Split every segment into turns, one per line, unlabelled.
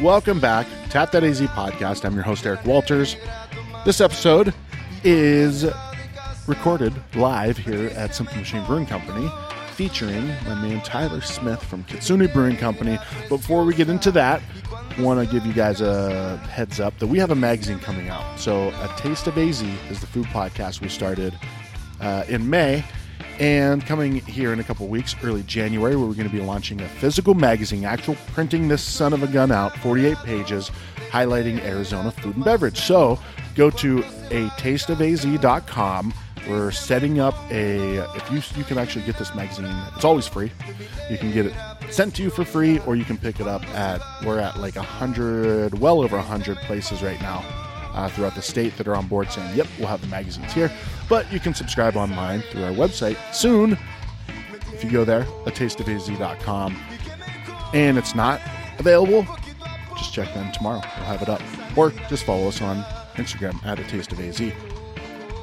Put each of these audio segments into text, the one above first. Welcome back, Tap That AZ podcast. I'm your host, Eric Walters. This episode is recorded live here at Simple Machine Brewing Company, featuring my man Tyler Smith from Kitsune Brewing Company. Before we get into that, want to give you guys a heads up that we have a magazine coming out. So, A Taste of AZ is the food podcast we started uh, in May. And coming here in a couple weeks, early January, where we're going to be launching a physical magazine, actual printing this son of a gun out, 48 pages, highlighting Arizona food and beverage. So go to a tasteofaz.com. We're setting up a, if you, you can actually get this magazine, it's always free. You can get it sent to you for free, or you can pick it up at, we're at like 100, well over 100 places right now uh, throughout the state that are on board saying, yep, we'll have the magazines here. But you can subscribe online through our website soon. If you go there, atasteofaz.com, and it's not available, just check them tomorrow. We'll have it up. Or just follow us on Instagram at a taste of AZ.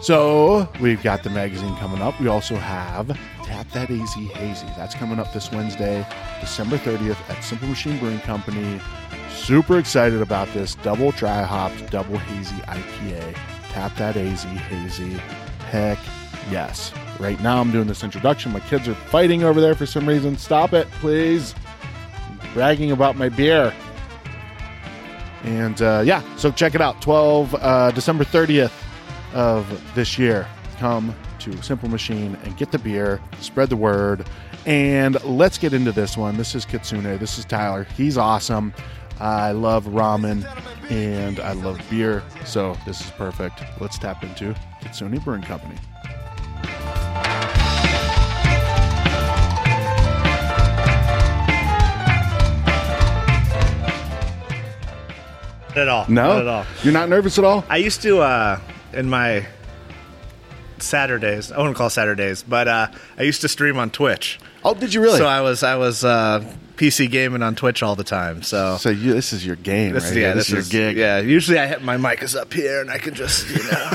So we've got the magazine coming up. We also have Tap That AZ Hazy. That's coming up this Wednesday, December 30th at Simple Machine Brewing Company. Super excited about this double dry hopped, double hazy IPA. Tap That AZ Hazy. Heck yes. Right now I'm doing this introduction. My kids are fighting over there for some reason. Stop it, please. bragging about my beer. And uh, yeah, so check it out. 12 uh, December 30th of this year. Come to Simple Machine and get the beer, spread the word, and let's get into this one. This is Kitsune. This is Tyler. He's awesome. I love ramen and I love beer, so this is perfect. Let's tap into Kitsune Brewing Company.
Not at all.
No,
Not at all.
you're not nervous at all.
I used to uh, in my Saturdays. I wouldn't call Saturdays, but uh, I used to stream on Twitch.
Oh, did you really?
So
So,
I was I was uh, PC gaming on Twitch all the time. So.
you, this is your game,
This,
right?
is
here.
yeah,
this, is your gig.
Yeah, usually I hit my mic is up here and I can just you know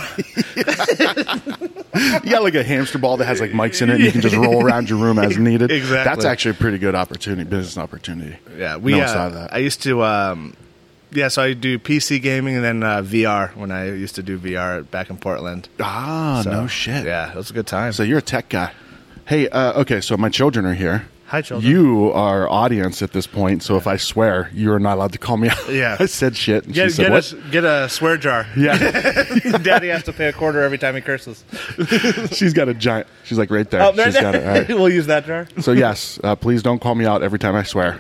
You got like a hamster ball that has like mics in it, and you can just roll around your room as needed.
Exactly.
That's actually a pretty good opportunity, business opportunity.
yeah we
no one
uh,
saw that.
I used to um, yeah so I do PC gaming and then uh, VR when I used to do VR back in Portland.
ah,
So,
no shit.
Yeah, it was a good time.
So you're a tech guy. Hey, uh, okay. So my children are here.
Hi, children.
You are audience at this point, so if I swear, you are not allowed to call me out.
Yeah.
I said shit. And she
get
said
get
what?
a, get a swear jar.
yeah,
Daddy has to pay a quarter every time he curses.
she's got a giant. She's like right there.
Oh,
She's
there-
got it. All right.
we'll use that jar.
So yes, uh, please don't call me out every time I swear.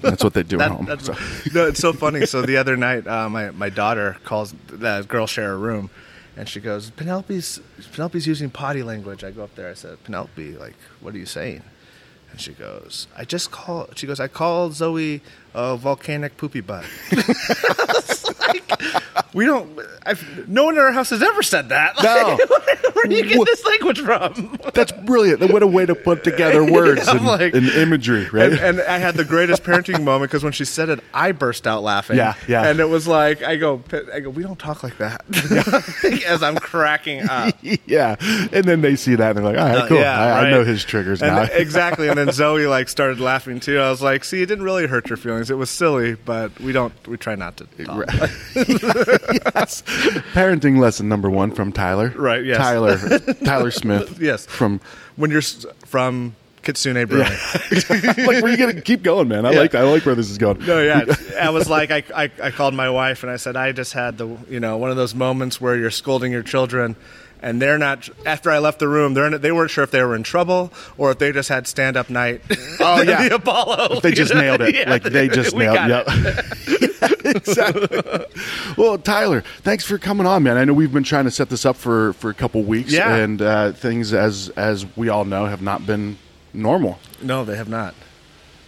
That's what they do at home.
That's,
So-
no, it's so funny. So the other night, uh, my my daughter calls the girl share a room, and she goes, "Penelope's Penelope's using potty language." I go up there. I said, "Penelope, like, what are you saying?" And she goes, "I just call." She goes, "I called Zoe a volcanic poopy butt." It's like, we don't. I've, no one in our house has ever said that.
No.
Where do you get
Wha-
this language from?
That's brilliant. What a way to put together words
I'm
and,
like-
and imagery, right?
And, and I had the greatest parenting moment because when she said it, I burst out laughing.
Yeah, yeah.
And it was like I go, "P- I go, we don't talk like that. As I'm cracking up.
yeah. And then they see that and they're like, all right, cool.
Uh, Yeah,
I, I
right.
know his triggers
And
now.
then- exactly. And then Zoe like started laughing too. I was like, see, it didn't really hurt your feelings. It was silly, but we don't. We try not to. Talk.
yes. Parenting lesson number one from Tyler.
Right, yes.
Tyler. Tyler Smith.
Yes.
From.
When you're s- from Kitsune Brewing.
like, we're gonna keep going, man. I like. I like where this is going.
No, Oh, yeah. I was like, I, I, I called my wife and I said, I just had the, you know, one of those moments where you're scolding your children and they're not, after I left the room, they're, they weren't sure if they were in trouble or if they just had stand up night.
Oh,
at
yeah.
The Apollo.
They just nailed it.
Yeah,
like they just
we
nailed
got
yep.
it.
exactly. Well, Tyler, thanks for coming on, man. I know we've been trying to set this up for, for a couple weeks,
Yeah.
and uh, things, as as we all know, have not been normal.
No, they have not.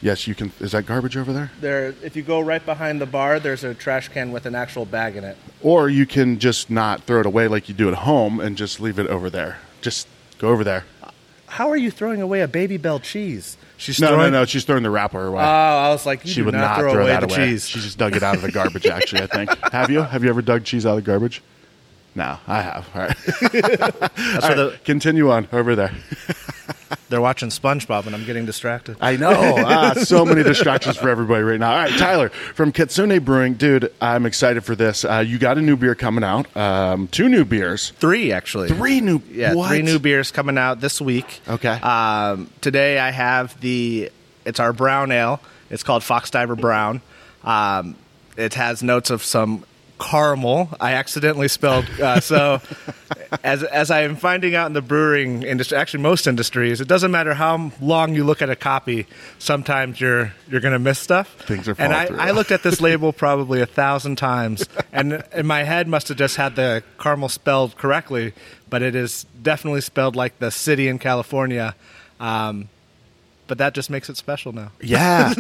Yes, you can. Is that garbage over there?
There, if you go right behind the bar, there's a trash can with an actual bag in it.
Or you can just not throw it away like you do at home and just leave it over there. Just go over there.
How are you throwing away a baby bell cheese? She's
No, no,
throwing-
no. She's throwing the wrapper away.
Oh, I was like, you
she
do
would
not, throw, away
that
the
away.
cheese.
She just dug it out of the garbage. Actually, I think. Have you? Have you ever dug cheese out of the garbage? No, I have. All right.
That's
All
where
right, Continue on over there.
They're watching SpongeBob, and I'm getting distracted.
I know. ah, so many distractions for everybody right now. All right, Tyler from Kitsune Brewing, dude, I'm excited for this. Uh, you got a new beer coming out. Um, two new beers.
Three actually.
Three new.
Yeah,
what?
three new beers coming out this week.
Okay.
Um, today I have the. It's our brown ale. It's called Fox Diver Brown. Um, it has notes of some caramel. I accidentally spelled uh, so. as as I am finding out in the brewing industry, actually most industries, it doesn't matter how long you look at a copy. Sometimes you're you're gonna miss stuff.
Things are
and
falling
I,
through.
I looked at this label probably a thousand times, and in my head must have just had the caramel spelled correctly, but it is definitely spelled like the city in California. Um, but that just makes it special now.
Yeah.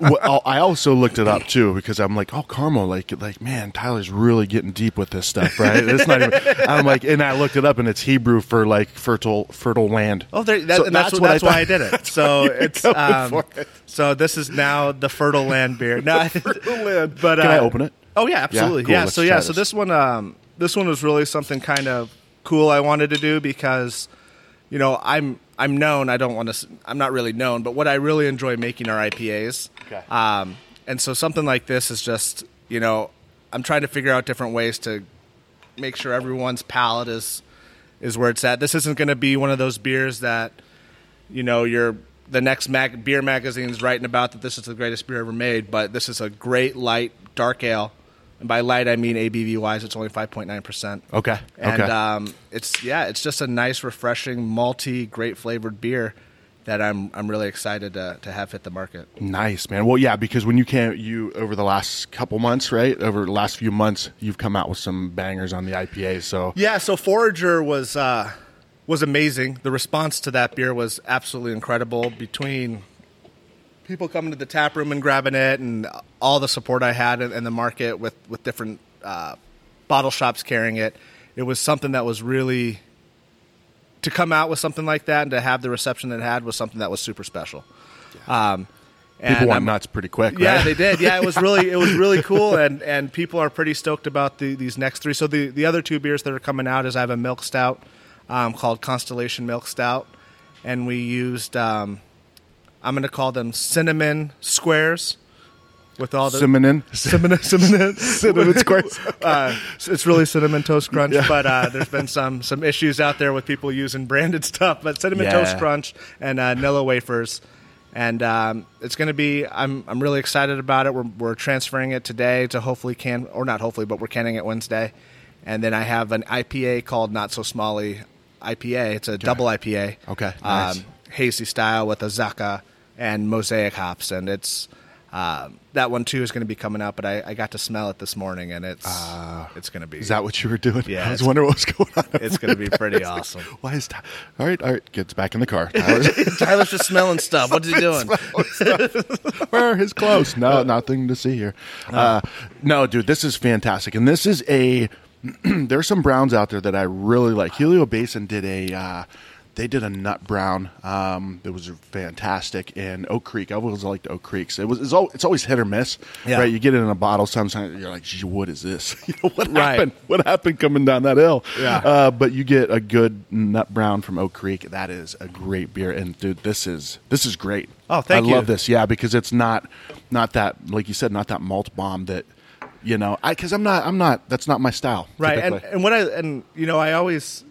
well, oh, I also looked it up too because I'm like, oh, Carmo, like, like, man, Tyler's really getting deep with this stuff, right? It's not even. I'm like, and I looked it up, and it's Hebrew for like fertile, fertile land.
Oh, there, that,
So
and that's,
that's
that's,
what I
why
thought-
I did it. So
you were
it's
going
um,
for it.
so this is now the fertile land beer. No, I-
fertile land.
But
Can
uh,
I open it?
Oh yeah, absolutely.
cool.
Yeah.
Let's
so
try
yeah. So
this.
this one, um, this one was really something kind of cool I wanted to do because, you know, I'm I'm known. I don't want to. I'm not really known, but what I really enjoy making are IPAs.
Okay.
Um, and so something like this is just you know, I'm trying to figure out different ways to make sure everyone's palate is is where it's at. This isn't going to be one of those beers that you know your the next mag- beer magazine's writing about that this is the greatest beer ever made, but this is a great light dark ale, and by light I mean ABV wise, it's only five point nine percent.
Okay.
and
okay.
um, it's yeah, it's just a nice, refreshing, malty, great flavored beer that I'm I'm really excited to to have hit the market.
Nice, man. Well, yeah, because when you can't, you over the last couple months, right? Over the last few months, you've come out with some bangers on the IPA. So,
Yeah, so Forager was uh, was amazing. The response to that beer was absolutely incredible. Between people coming to the tap room and grabbing it, and all the support I had in, in the market with with different uh, bottle shops carrying it, it was something that was really to come out with something like that and to have the reception that it had was something that was super special. Um, and
people went
I'm-
nuts pretty quick,
yeah,
right?
they did. Yeah, it was really it was really cool, and and people are pretty stoked about the, these next three. So the the other two beers that are coming out is I have a milk stout um, called Constellation Milk Stout, and we used um, I'm going to call them cinnamon squares with all the
Cinnamon.
cinnamon cinnamon
Cinnamon squares.
uh, it's really cinnamon toast crunch, but uh, there's been some some issues out there with people using branded stuff. But cinnamon
Yeah.
toast crunch and uh, Nilla wafers, and um, it's going to be. I'm I'm really excited about it. We're we're transferring it today to hopefully can or not hopefully, but we're canning it Wednesday, and then I have an IPA called Not So Smally IPA. It's a double IPA.
Okay, nice.
Um, hazy style with a Zaka and mosaic hops, and it's um, that one too is going to be coming out. But I, I got to smell it this morning, and it's it's going to be
Is that what you were doing?
Yeah,
I was
it's-
wondering what was going on.
it's going to be pretty awesome.
Why is Ty- all right? All right, gets back in the car. Tyler,
Tyler's just smelling stuff. What is he doing?
where are his clothes? No, nothing to see here. Uh, no, dude, this is fantastic, and this is a. there's some browns out there that I really like. Helio Basin did a. Uh, they did a nut brown. Um, it was fantastic. And Oak Creek, I always liked Oak Creeks. It was it's, al- it's always hit or miss,
Yeah.
right? You get it in a bottle sometimes. You're like, Gee, what is this? you know, what
Right.
happened? What happened coming down that hill?
Yeah.
Uh, but you get a good nut brown from Oak Creek. That is a great beer. And dude, this is this is great.
Oh, thank
I
you.
love this. Yeah, because it's not not that like you said, not that malt bomb that you know. I because I'm not I'm not that's not my style.
right and,
typically.
and what i and you know i always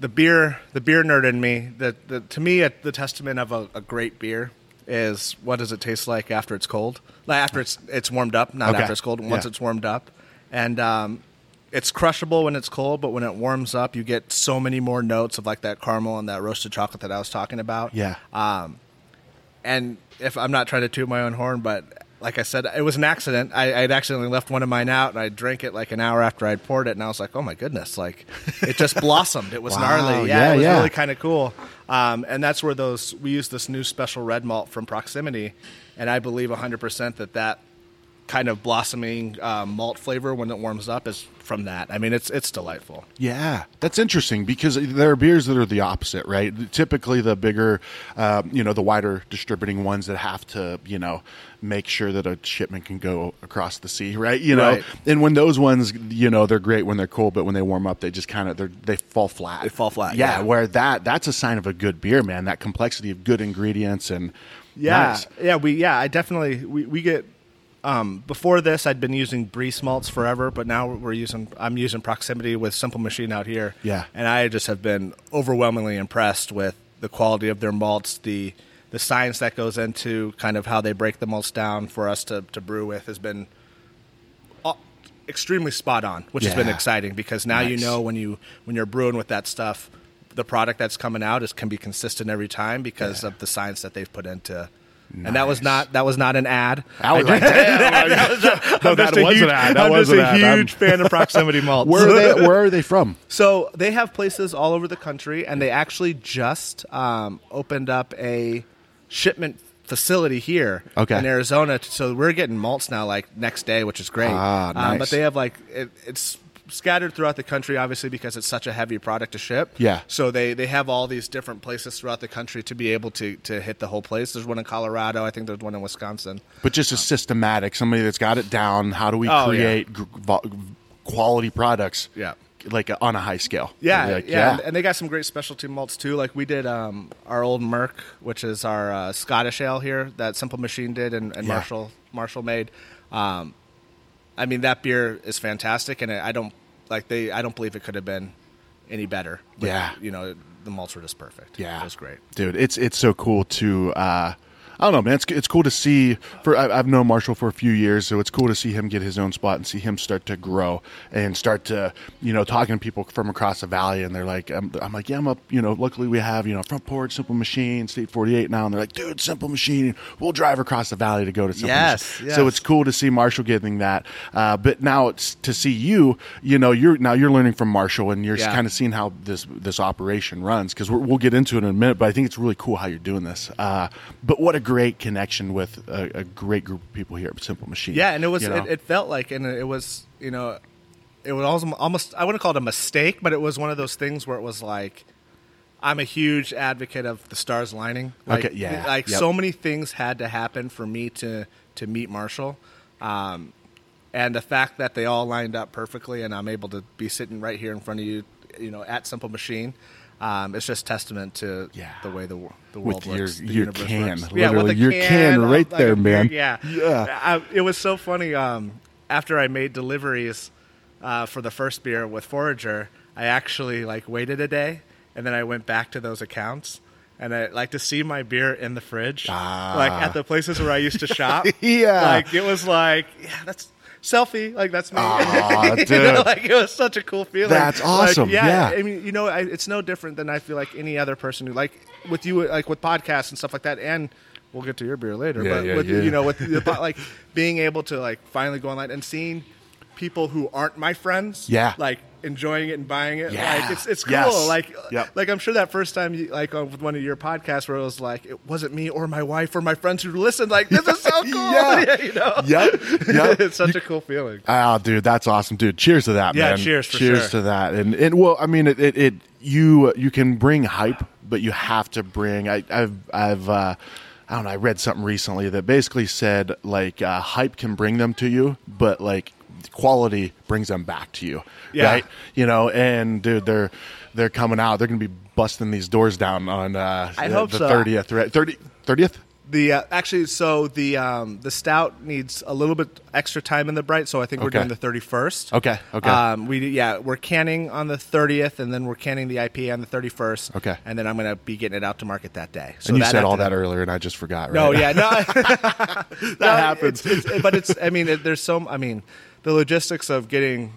the beer the beer nerd in me that the, to me at the testament of a, a great beer is what does it taste like after it's cold like after it's it's warmed up not
Okay.
after it's cold once
Yeah.
it's warmed up and um it's crushable when it's cold, but when it warms up, you get so many more notes of like that caramel and that roasted chocolate that I was talking about
yeah.
and if I'm not trying to toot my own horn, but like I said, it was an accident. I, I'd accidentally left one of mine out, and I drank it like an hour after I'd poured it, and I was like, "Oh my goodness!" Like it just blossomed. It was
Wow,
gnarly.
yeah,
it was
yeah.
really kind of cool. Um, and that's where those we use this new special red malt from Proximity, and I believe 100 percent that that kind of blossoming um, malt flavor when it warms up is from that. I mean, it's it's delightful.
Yeah, that's interesting because there are beers that are the opposite, right? Typically, the bigger, uh, you know, the wider distributing ones that have to, you know, make sure that a shipment can go across the sea, right? You know,
Right.
and when those ones, you know, they're great when they're cool, but when they warm up, they just kind of they they fall flat.
They fall flat,
Yeah,
yeah.
where that that's a sign of a good beer, man. That complexity of good ingredients and
Yeah,
Nice.
yeah, we yeah, I definitely we we get. Um, before this, I'd been using Brees malts forever, but now we're using I'm using Proximity with Simple Machine out here.
Yeah.
and I just have been overwhelmingly impressed with the quality of their malts, the the science that goes into kind of how they break the malts down for us to to brew with has been uh, extremely spot on, which has been
Yeah.
exciting because now you
Nice.
know when you when you're brewing with that stuff, the product that's coming out is can be consistent every time because of the science that they've put into. And that was
Nice.
not that was not an ad.
I was
I
like,
did-
damn, like, no, that
I'm just a
was
huge-
an ad. That
I'm
was
just
an
a
ad. I'm-
huge fan of proximity malts.
where are they where are they from?
So they have places all over the country, and they actually just um, opened up a shipment facility here
Okay.
in Arizona. t- So we're getting malts now, like next day, which is great.
Ah,
um,
nice.
but they have like it, it's scattered throughout the country, obviously because it's such a heavy product to ship.
Yeah.
So they they have all these different places throughout the country to be able to to hit the whole place. There's one in Colorado. I think there's one in Wisconsin.
but just a systematic somebody that's got it down. How do we
Oh, yeah.
create gr vo- quality products?
Yeah.
like on a high scale.
Yeah,
And like,
yeah, And, and they got some great specialty malts too. Like we did um, our old Merc, which is our uh, Scottish ale here that Simple Machine did and, and
Yeah.
Marshall Marshall made. Um, I mean that beer is fantastic, and I I don't like they. I don't believe it could have been any better. But,
Yeah.
you know the malts were just perfect.
Yeah,
it was great.
dude. It's it's so cool to. Uh, I don't know, man. It's it's cool to see. For I- I've known Marshall for a few years, so it's cool to see him get his own spot and see him start to grow and start to, you know, talking to people from across the valley, and they're like, I'm, I'm like, yeah, I'm up. You know, luckily we have you know front porch, simple machine, state 48 now, and they're like, dude, simple machine. We'll drive across the valley to go to simple
Yes,
machine. So
yes.
it's cool to see Marshall getting that. Uh, but now it's to see you. You know, you're now you're learning from Marshall, and you're
Yeah.
kind of seeing how this this operation runs because we'll get into it in a minute. But I think it's really cool how you're doing this. Uh, but what a great connection with a, a great group of people here at Simple Machine.
Yeah, and it was
you know?
it, it felt like, and it was you know, it was almost, almost I wouldn't call it a mistake, but it was one of those things where it was like, I'm a huge advocate of the stars lining. Like,
Okay, yeah,
like
yep.
so many things had to happen for me to to meet Marshall, um, and the fact that they all lined up perfectly, and I'm able to be sitting right here in front of you, you know, at Simple Machine. Um, it's just testament to
Yeah.
the way the, wo- the
With
world
your-
works. the
your
universe
can,
works.
literally,
a
your can
of,
right
like,
there,
a beer-
man.
Yeah,
Yeah.
I, it was so funny. Um, after I made deliveries uh, for the first beer with Forager, I actually like waited a day and then I went back to those accounts and I like to see my beer in the fridge,
Ah.
like at the places where I used to shop.
Yeah.
like it was like yeah, that's. Selfie, like that's me.
Aw,
You know,
dude.
like it was such a cool feeling.
That's
Like,
awesome, yeah.
yeah, I mean, you know, I, it's no different than I feel like any other person who, like, with you, like with podcasts and stuff like that. And we'll get to your beer later,
Yeah,
but
yeah,
with
yeah.
you know, with the, po- like being able to like finally go online and seeing people who aren't my friends,
Yeah.
like enjoying it and buying it,
Yeah.
like it's it's cool.
Yes.
Like,
Yep.
like I'm sure that first time, you, like on one of your podcasts, where it was like it wasn't me or my wife or my friends who listened. Like this is so cool.
Yeah.
you know,
Yep, yep.
it's such a cool feeling.
Ah, dude, that's awesome, dude. Cheers to that,
Yeah,
man.
cheers for
cheers
sure.
to that. And and well, I mean, it, it, it you you can bring hype, but you have to bring. I, I've I've uh, I don't know. I read something recently that basically said like uh, hype can bring them to you, but like quality brings them back to you,
Yeah.
right? You know, and dude, they're they're coming out. They're gonna be busting these doors down on uh,
I
the,
hope
the
so.
30th, right? 30, 30th?
The uh, actually, so the um, the stout needs a little bit extra time in the bright, so I think we're
Okay.
doing the thirty first.
Okay, okay.
Um, we yeah, we're canning on the thirtieth, and then we're canning the IPA on the thirty first.
Okay.
and then I'm gonna be getting it out to market that day. So
And you
that
said all
after-
that earlier, and I just forgot. Right?
No, yeah, no, that
happens.
but it's I mean, it, there's so I mean, the logistics of getting.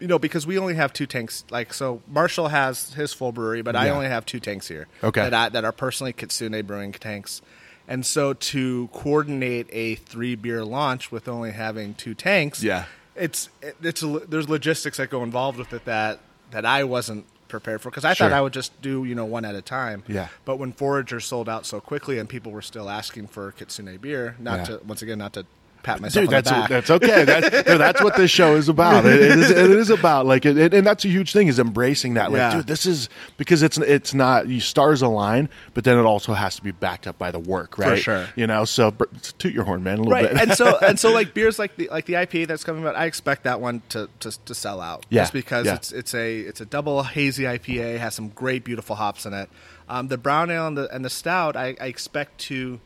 You know, because we only have two tanks. Like, so Marshall has his full brewery, but I
Yeah.
only have two tanks here.
Okay.
That, I, that are personally Kitsune brewing tanks. And so to coordinate a three beer launch with only having two tanks,
Yeah.
it's it- it's a, lo- there's logistics that go involved with it that that I wasn't prepared for because I
Sure.
thought I would just do you know one at a time.
Yeah.
But when Forager sold out so quickly and people were still asking for Kitsune beer, not
Yeah.
to once again not to pat myself
Dude,
on
that's
the back.
that's okay. That's, no, that's what this show is about. It- it, is, it is about like, it, and that's a huge thing is embracing that. Like,
Yeah.
dude, this is because it's it's not you stars align, but then it also has to be backed up by the work, right?
sure.
You know, so br- toot your horn, man, a little
right
bit.
and so and so like beers like the like the ipa that's coming out i expect that one to to, to sell out
Yeah,
just because
yeah.
it's it's a it's a double hazy ipa has some great beautiful hops in it um, the brown ale and the and the stout I, I expect to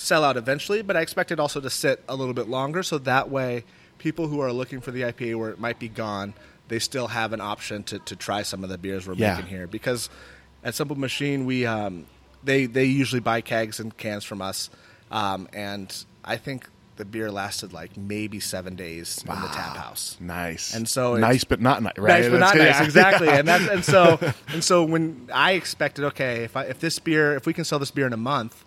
sell out eventually but i expect it also to sit a little bit longer so that way people who are looking for the ipa where it might be gone they still have an option to, to try some of the beers we're
Yeah.
making here because at Simple Machine we um, they they usually buy kegs and cans from us, um, and I think the beer lasted like maybe seven days in the tap house.
nice.
And so it's-
nice, but not nice. Right?
Nice, but not
That's-
nice.
yeah.
Exactly, and that's and so and so when I expected, okay, if I, if this beer, if we can sell this beer in a month,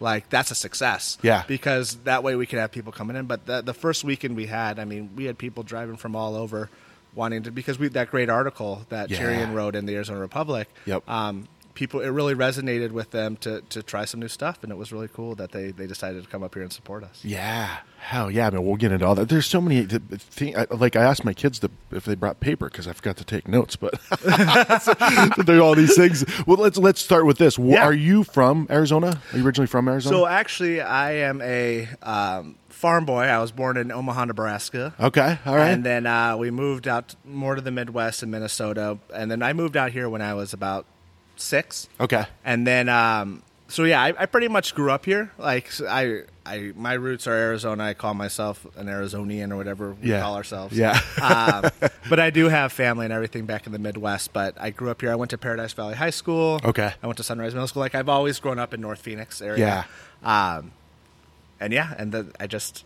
like that's a success.
Yeah.
because that way we can have people coming in. But the, the first weekend we had, I mean, we had people driving from all over wanting to because we that great article that
Yeah.
Tyrion wrote in the Arizona Republic.
Yep.
Um, people, it really resonated with them to to try some new stuff, and it was really cool that they they decided to come up here and support us.
Yeah, hell yeah! I mean, we'll get into all that. There's so many th- th- thing. I, like I asked my kids to, if they brought paper because I forgot to take notes, but there are all these things. Well, let's let's start with this. Wh-
Yeah.
Are you from Arizona? Are you originally from Arizona?
So actually, I am a um, farm boy. I was born in Omaha, Nebraska.
okay, all right.
And then uh, we moved out more to the Midwest in Minnesota. And then I moved out here when I was about six.
okay,
And then, um, so yeah, I, I pretty much grew up here. Like s- I, I, my roots are Arizona. I call myself an Arizonian or whatever we
Yeah.
call ourselves.
Yeah.
um, but I do have family and everything back in the Midwest. But I grew up here. I went to Paradise Valley High School.
Okay.
I went to Sunrise Middle School. Like I've always grown up in North Phoenix
Yeah.
area. Yeah. Um, and yeah, and then I just,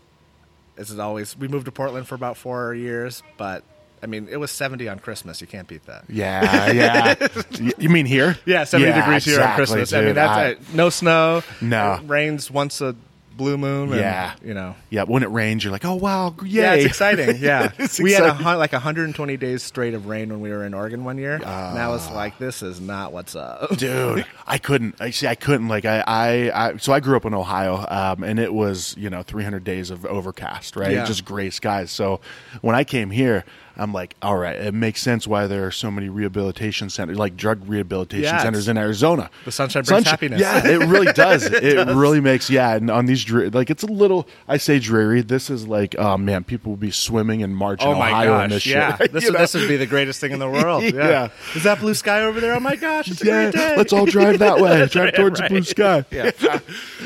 this is always. We moved to Portland for about four years, but I mean, it was seventy on Christmas. You can't beat that.
yeah, yeah. Y- you mean here?
Yeah, 70
Yeah,
degrees here on
exactly,
Christmas. I mean,
dude.
that's
I-
it. No snow.
No.
It rains once a blue moon. And,
Yeah.
You know.
Yeah, when it rains, you're like, oh wow, yay.
Yeah, it's exciting. Yeah.
It's
we had a,
exciting.
hun- like 120 days straight of rain when we were in Oregon one year. and I
Ah.
was like, this is not what's up.
dude i couldn't i see i couldn't like i i, I so i grew up in ohio um, and it was you know 300 days of overcast right
Yeah.
just gray skies so when i came here i'm like all right it makes sense why there are so many rehabilitation centers like drug rehabilitation
Yeah,
centers in arizona
The sunshine brings happiness.
yeah it really does it, really makes yeah and on these dre- like it's a little i say dreary this is like oh man people will be swimming in march in ohio in this
Oh yeah.
shit
This,
You know?
this would be the greatest thing in the world. Yeah.
Yeah.
Is that blue sky over there? Oh my gosh. It's a
yeah,
great day.
let's all drive that way. drive towards the blue sky.
Yeah.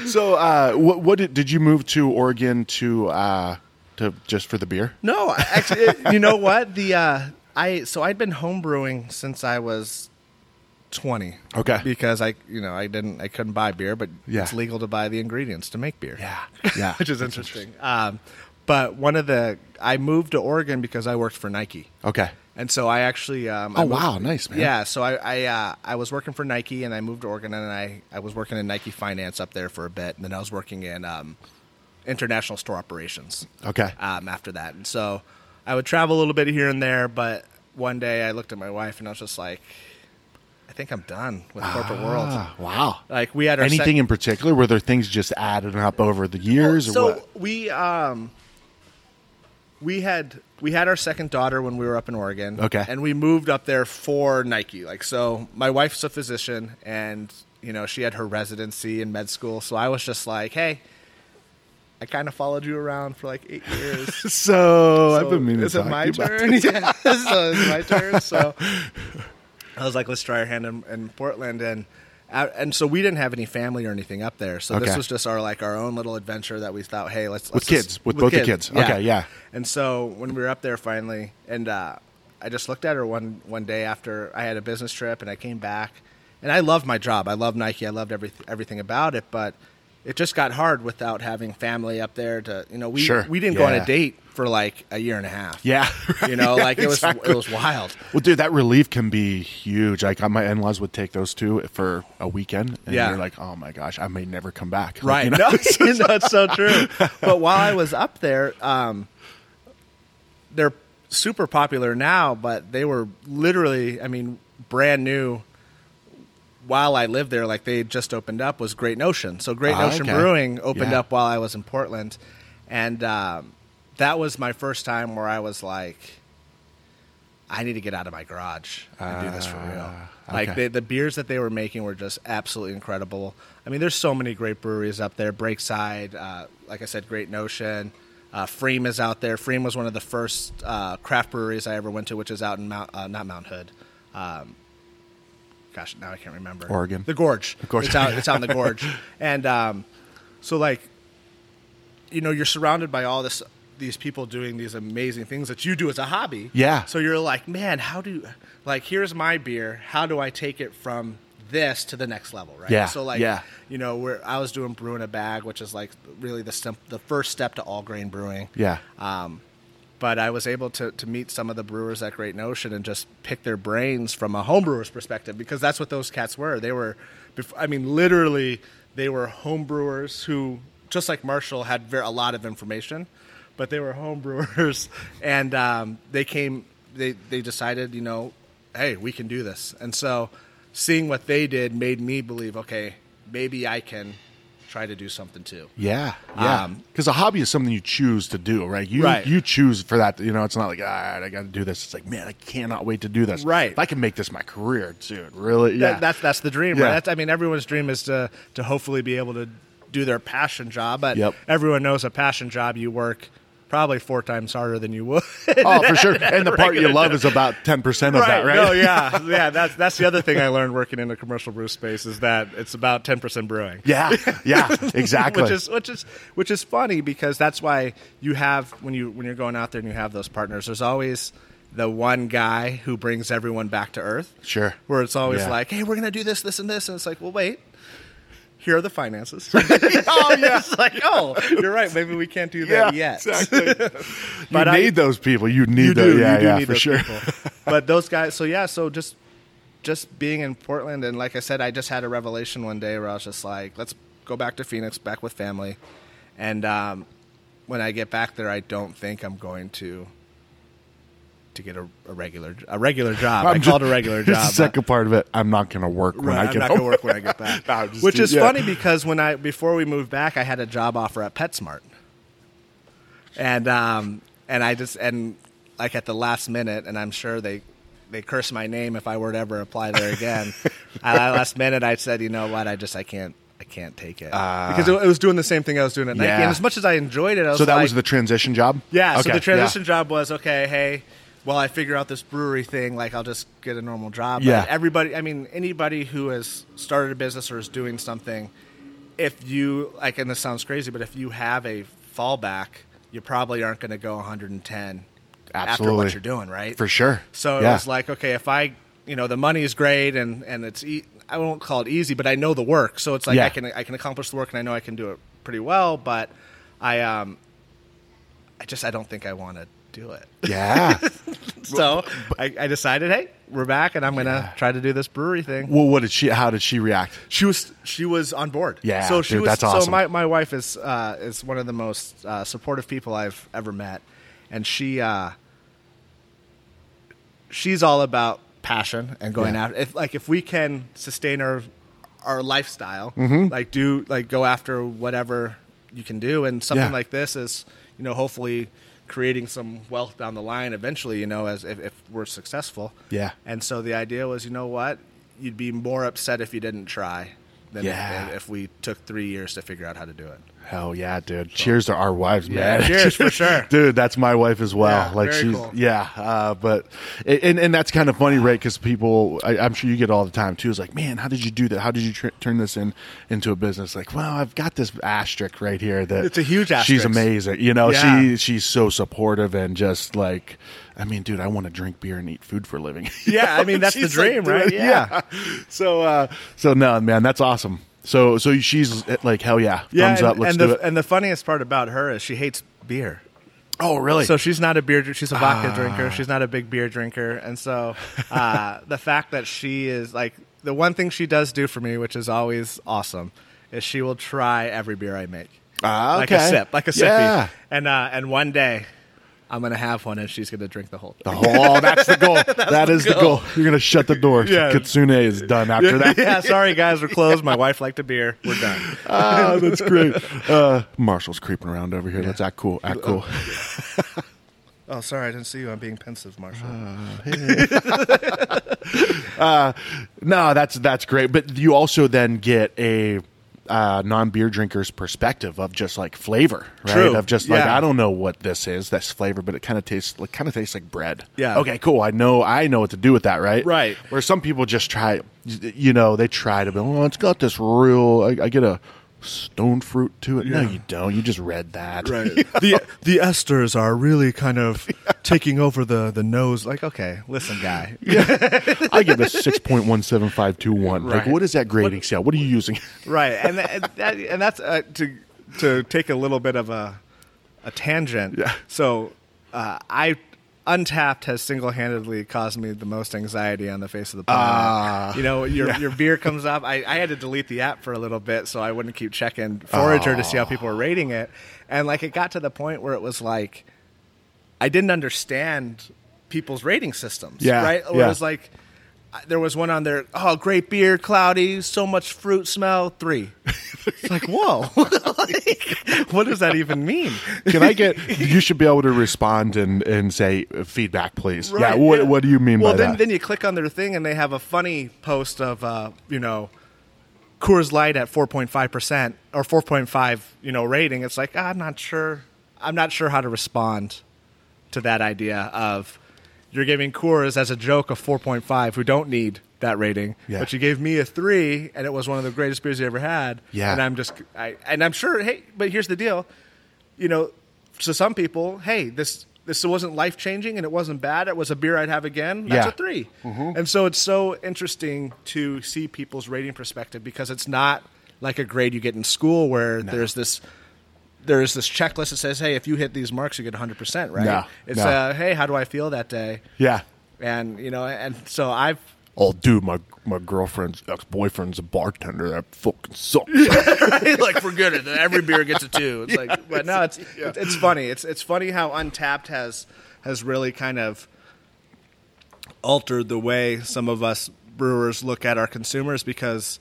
So, uh, what, what did, did you move to Oregon to uh, to just for the beer?
No, actually, it- you know what? The uh, I so I'd been homebrewing since I was twenty.
Okay.
because I you know I didn't I couldn't buy beer, but
Yeah.
it's legal to buy the ingredients to make beer.
yeah.
which is interesting. Um, but one of the I moved to Oregon because I worked for Nike,
Okay.
and so I actually um, I
Oh
moved-
wow, nice man.
yeah, so I I, uh, I was working for Nike, and I moved to Oregon, and I, I was working in Nike finance up there for a bit, and then I was working in um, international store operations.
Okay.
Um, after that, and so I would travel a little bit here and there, but one day I looked at my wife, and I was just like, I think I'm done with corporate world.
Ah, wow.
Like we had uh, our sec-
Anything in particular? Were there things just added up over the years? or
so
what?
we um we had we had our second daughter when we were up in Oregon.
Okay.
And we moved up there for Nike. Like so my wife's a physician and you know, she had her residency in med school. So I was just like, Hey, I kind of followed you around for like eight years.
So, I've
So
been meaning
is
to
it
talk
my
to you about
turn? Yeah, so it's my turn. So I was like, let's try our hand in, in Portland, and uh, and so we didn't have any family or anything up there. So
Okay.
this was just our like our own little adventure that we thought, hey, let's,
With
let's just-
kids, with both the kids. Okay, yeah.
And so when we were up there finally, and uh, I just looked at her one one day after I had a business trip, and I came back, and I loved my job. I loved Nike. I loved every, everything about it, but. It just got hard without having family up there to, you know, we
Sure.
we didn't go on
Yeah.
a date for like a year and a half.
Yeah,
You know,
Yeah,
like it was
exactly.
it was wild.
Well, dude, that relief can be huge. Like uh, my in-laws would take those two for a weekend, and
Yeah.
they're like, "Oh my gosh, I may never come back." Like,
Right.
you know?
No, you know, it's so true. But while I was up there, um, they're super popular now, but they were literally, I mean, brand new while I lived there. Like they had just opened up was Great Notion. So Great
Ah,
Notion
okay.
Brewing opened
Yeah.
up while I was in Portland. and um, that was my first time where I was like, I need to get out of my garage and do this for real.
Ah,
Like
okay.
the, the beers that they were making were just absolutely incredible. I mean, there's so many great breweries up there. Breakside, uh, like I said, Great Notion. Uh, Freem is out there. Freem was one of the first uh, craft breweries I ever went to, which is out in Mount, uh, not Mount Hood. Um, gosh, now I can't remember.
Oregon.
The Gorge. The
Gorge.
It's out. It's on the Gorge. And um, so, like, you know you're surrounded by all this these people doing these amazing things that you do as a hobby
Yeah.
so you're like man how do like here's my beer how do i take it from this to the next level right
Yeah,
so like
yeah.
you know where i was doing brew in a bag which is like really the stem, the first step to all grain brewing
Yeah.
um, but I was able to, to meet some of the brewers at Great Notion and just pick their brains from a homebrewer's perspective because that's what those cats were. They were, bef- I mean, literally, they were homebrewers who, just like Marshall, had ver- a lot of information, but they were homebrewers and um, they came, they, they decided, you know, hey, we can do this. And so seeing what they did made me believe, okay, maybe I can try to do something too.
Yeah, yeah.
Um,
Because a hobby is something you choose to do, right? You
Right.
you choose for that. You know, it's not like all right, I got to do this. It's like man, I cannot wait to do this.
Right.
If I can make this my career, dude. Really?
That-
Yeah.
that's that's the dream.
Yeah.
Right? That's, I mean, everyone's dream is to to hopefully be able to do their passion job. But
Yep.
everyone knows a passion job you work probably four times harder than you would.
oh for sure. And the part you
regular
love is about ten percent of that, right?
No, yeah, yeah. That's that's the other thing I learned working in the commercial brew space is that it's about ten percent brewing.
yeah, yeah, exactly.
Which is which is which is funny because that's why you have when you when you're going out there and you have those partners. There's always the one guy who brings everyone back to earth.
Sure.
Where it's always
Yeah.
like, hey, we're gonna do this, this, and this, and it's like, well, wait. Here are the finances.
oh yeah.
it's like, oh, you're right. Maybe we can't do
Yeah,
that yet.
exactly.
But
you
I-
need those people. You need
You
those.
do,
Yeah,
you do
yeah,
need
for
those
sure.
people. But those guys, so yeah, so just just being in Portland, and like I said, I just had a revelation one day where I was just like, let's go back to Phoenix, back with family, and um, when I get back there, I don't think I'm going to to get a, a regular a regular job. I
I'm
called
ju-
a regular
Here's
job.
The second part of it, I'm not going to work when I get
Right, I'm not
home.
gonna work when I get back.
No, I'm just
Which
teasing.
is
Yeah.
funny because when I before we moved back, I had a job offer at PetSmart, and um, and I just and like at the last minute, and I'm sure they they curse my name if I were to ever apply there again. at the last minute, I said, you know what, I just I can't I can't take it because it, it was doing the same thing I was doing at Nike.
Ah. Yeah.
And as much as I enjoyed it, I was
So that
like,
was the transition job.
yeah.
Okay,
so the transition job was okay. Hey, while I figure out this brewery thing, like I'll just get a normal job. But
Yeah.
everybody, I mean, anybody who has started a business or is doing something, if you like, and this sounds crazy, but if you have a fallback, you probably aren't going to go 110 after
Absolutely.
what you're doing, right?
for sure.
So it
Yeah.
was like, okay, if I, you know, the money is great and and it's e- I won't call it easy, but I know the work, so it's like
Yeah.
I can I can accomplish the work and I know I can do it pretty well, but I um, I just I don't think I want to do it.
yeah.
so I, I decided, hey, we're back, and I'm gonna try to do this brewery thing.
Well, what did she? How did she react?
She was she was on board.
Yeah,
So she
dude,
was.
that's
So
awesome.
my, my wife is uh, is one of the most uh, supportive people I've ever met, and she uh, she's all about passion and going
Yeah.
after. If like if we can sustain our our lifestyle,
Mm-hmm.
like do like go after whatever you can do, and something
Yeah.
like this is you know hopefully creating some wealth down the line eventually. You know, as if, if we're successful.
Yeah.
And so the idea was, you know what? You'd be more upset if you didn't try than if-
Yeah.
if, we took three years to figure out how to do it.
Hell yeah, dude! Cheers to our wives,
Yeah,
man.
cheers, for sure.
dude. That's my wife as well.
Yeah,
like
very
she's
cool.
yeah, uh, but and and that's kind of funny, right? Because people, I, I'm sure you get it all the time too. It's like, man, how did you do that? How did you tr- turn this in into a business? Like, well, I've got this asterisk right here that
It's a huge
She's
asterisk.
amazing, you know.
Yeah.
She she's so supportive and just like, I mean, dude, I want to drink beer and eat food for a living.
Yeah, I mean, that's the
She's like,
dream,
"Dude,
right? Yeah.
So uh, so no, man, that's awesome. So so she's like, hell yeah, thumbs
and,
up, let's
and
do
the,
it.
And the funniest part about her is she hates beer.
Oh, really?
So she's not a beer. dr- She's a
Ah.
vodka drinker. She's not a big beer drinker. And so uh, the fact that she is like the one thing she does do for me, which is always awesome, is she will try every beer I make.
Ah,
Like a
okay.
sip, like a sippy.
Yeah.
And uh, and one day, I'm gonna have one, and she's gonna drink the whole thing.
Oh, that's the goal. that's the, goal. You're gonna shut the door.
Yeah.
Kitsune is done after that.
yeah, sorry guys, we're closed. My wife liked a beer. We're done.
ah, that's great. Uh, Marshall's creeping around over here. Let's act cool.
Uh,
Act cool.
Oh, sorry, I didn't see you. I'm being pensive, Marshall.
No, that's that's great. But you also then get a uh, non-beer drinker's perspective of just like flavor, right?
True.
Of just like
Yeah.
I don't know what this is. That's flavor, but it kind of tastes like kind of tastes like bread.
Yeah.
Okay. Cool. I know. I know what to do with that. Right.
Right.
Where some people just try, you know, they try to be. Oh, it's got this real. I, I get a stone fruit to it. No, you don't. You just read that.
the the esters are really kind of taking over the the nose. Like, okay, listen, guy.
I give it six point one seven five two one. Like,
Right.
what is that grading scale? What are you using?
right and tha- and, that, and that's uh, to to take a little bit of a a tangent
Yeah.
so uh, i untapped has single-handedly caused me the most anxiety on the face of the planet
Ah.
you know your your beer comes up I, I had to delete the app for a little bit so i wouldn't keep checking forager to see how people were rating it and like it got to the point where it was like i didn't understand people's rating systems
Yeah,
right Where
yeah.
it was like I- there was one on there. Oh, great beer, cloudy, so much fruit smell. Three. It's like, whoa, Like, what does that even mean?
Can I get? You should be able to respond and and say uh, feedback, please. yeah.
Right,
What What do you mean
well,
by
then,
that?
then you click on their thing and they have a funny post of, uh, you know, Coors Light at 4.5% or 4.5, you know, rating. It's like, ah, I'm not sure. I'm not sure how to respond to that idea of you're giving Coors as a joke a 4.5 who don't need that rating,
Yeah.
but you gave me a three and it was one of the greatest beers you ever had.
Yeah.
And I'm just, I, and I'm sure, hey, but here's the deal. You know, to some people, hey, this, this wasn't life changing and it wasn't bad. It was a beer I'd have again. That's
Yeah. Mm-hmm.
a three. And so it's so interesting to see people's rating perspective because it's not like a grade you get in school where there's this there's this checklist that says, "Hey, if you hit these marks, you get 100 percent." Right?
No,
it's
no.
uh, "Hey, how do I feel that day?"
yeah.
And you know, and so I've
Oh, dude, my my girlfriend's ex boyfriend's a bartender. That fucking sucks.
right? like we're good at it. Every beer gets a two. It's like, but no, it's it's- it's funny. It's it's funny how Untapped has has really kind of altered the way some of us brewers look at our consumers because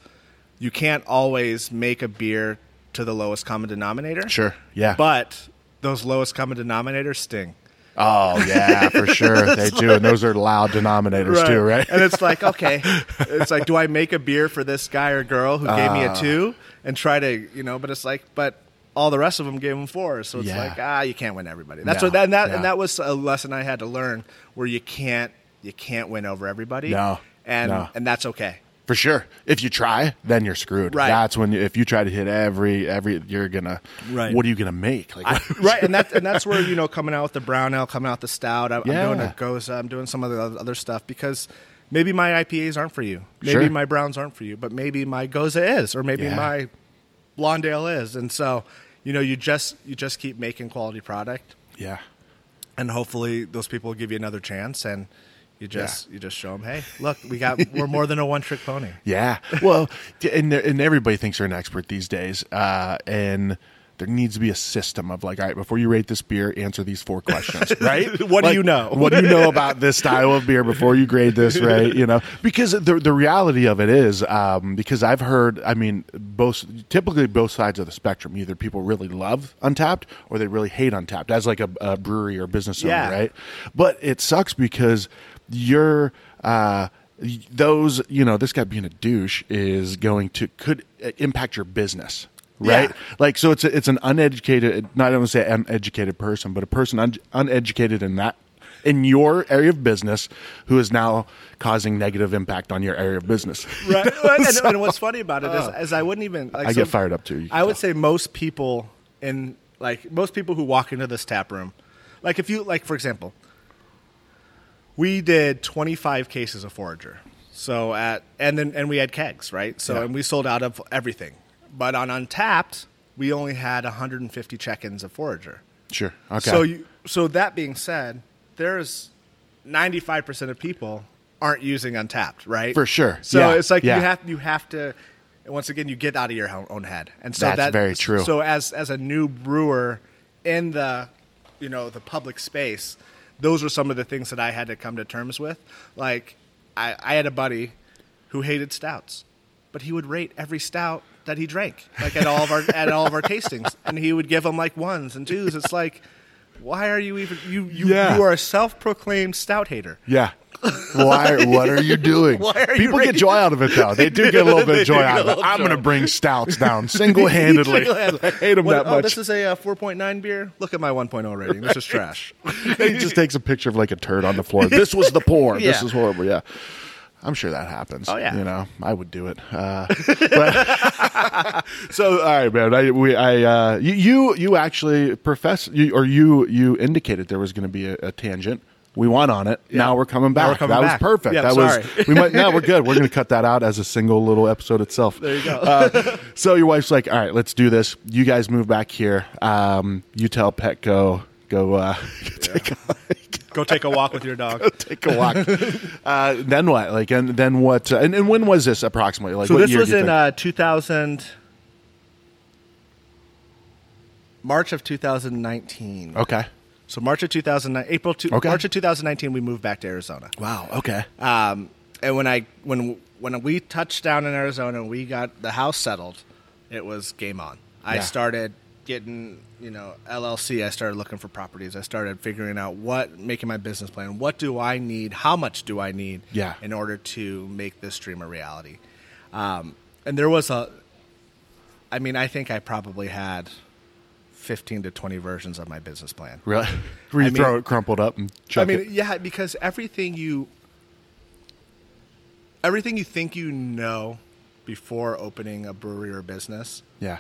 you can't always make a beer to the lowest common denominator.
Sure. Yeah.
But those lowest common denominators sting.
Oh yeah, for sure they do, and those are loud denominators too, right?
And it's like, okay, it's like, do I make a beer for this guy or girl who gave
Ah.
me a two and try to, you know? But it's like, but all the rest of them gave him fours, so it's
Yeah.
like, ah, you can't win everybody. That's
No,
what that, and that
yeah.
and that was a lesson I had to learn where you can't you can't win over everybody.
No,
and
no.
and that's okay.
For sure. If you try, then you're screwed.
Right.
That's when you, if you try to hit every every, you're gonna.
Right.
What are you gonna make? Like,
right, and that and that's where you know coming out with the brown ale, coming out the stout. I'm,
Yeah.
I'm doing a goza. I'm doing some of the other stuff because maybe my IPAs aren't for you. Maybe
Sure.
my browns aren't for you, but maybe my goza is, or maybe
Yeah.
my blonde ale is. And so you know you just you just keep making quality product,
yeah.
and hopefully those people will give you another chance and. You just you just show them, hey, look, we got we're more than a one trick pony.
Yeah. Well, t- and there- and everybody thinks they're an expert these days, uh, and there needs to be a system of like, all right, before you rate this beer, answer these four questions, right?
What do
Like,
you know?
what do you know about this style of beer before you grade this, right? You know, because the the reality of it is, um, because I've heard, I mean, both typically both sides of the spectrum. Either people really love Untapped or they really hate Untapped as like a, a brewery or business owner,
Yeah.
right? But it sucks because you're uh, y- those you know this guy being a douche is going to could uh, impact your business. Right,
Yeah.
like so, it's a, it's an uneducated, not only say uneducated person, but a person un- uneducated in that in your area of business who is now causing negative impact on your area of business.
Right. and, and what's funny about it is, is I wouldn't even. Like,
uh, I get fired up too, you can
I would say most people in like most people who walk into this tap room, like if you like for example, we did 25 cases of forager. So at and then and we had kegs right. So
Yeah.
and we sold out of everything. But on Untapped, we only had 150 check-ins of forager.
Sure. Okay.
So you, so that being said, there's 95% of people aren't using Untapped, right?
For sure.
So
Yeah.
it's like
Yeah.
you have you have to and once again you get out of your ho- own head. And so
That's
that-
very true.
So as as a new brewer in the you know the public space, those were some of the things that I had to come to terms with. Like I, I had a buddy who hated stouts, but he would rate every stout that he drank, like at all of our at all of our tastings, and he would give them like ones and twos. It's like, why are you even you you,
Yeah.
you are a self proclaimed stout hater?
Yeah. Why? What are you doing?
Why are you
People get
raising-
joy out of it, though. They do get a little bit of
They do
joy
get a
out of it.
little
I'm
joy.
going to bring stouts down single handedly. I hate them
What-
that
oh,
much.
This is a uh, 4.9 beer. Look at my 1.0 rating. This is trash.
he just takes a picture of like a turd on the floor. This was the poor. This
Yeah.
is horrible. Yeah. I'm sure that happens.
Oh, yeah.
You know, I would do it. Uh, but- so all right, man. I we I uh, you, you you actually profess you, or you you indicated there was going to be a, a tangent. We went on it. Now we're coming back.
we're
that
coming back.
was perfect.
Yeah,
that
sorry.
was we might now we're good. We're going to cut that out as a single little episode itself. There you go. uh, so your wife's like, "All right, let's do this. You guys move back here. Um, you tell Petco go uh, take
Go take a walk with your dog.
take a walk. uh, then what? Like, and then what? Uh, and, and when was this approximately? Like,
So
what
this
year
was
do you
in
think?
uh, 2000, March of 2019.
okay.
So March of 2009, April, two,
Okay.
March of 2019, we moved back to Arizona.
Wow. Okay.
Um, and when I when when we touched down in Arizona, we got the house settled. It was game on. I
Yeah.
started getting you know LLC. I started looking for properties. I started figuring out what making my business plan. What do I need? How much do I need?
Yeah.
In order to make this dream a reality. Um, and there was a. I mean, I think I probably had fifteen to twenty versions of my business plan.
Really? Where you
I mean-
throw it crumpled up and chuck
I mean,
it.
yeah, because everything you everything you think you know before opening a brewery or business,
Yeah.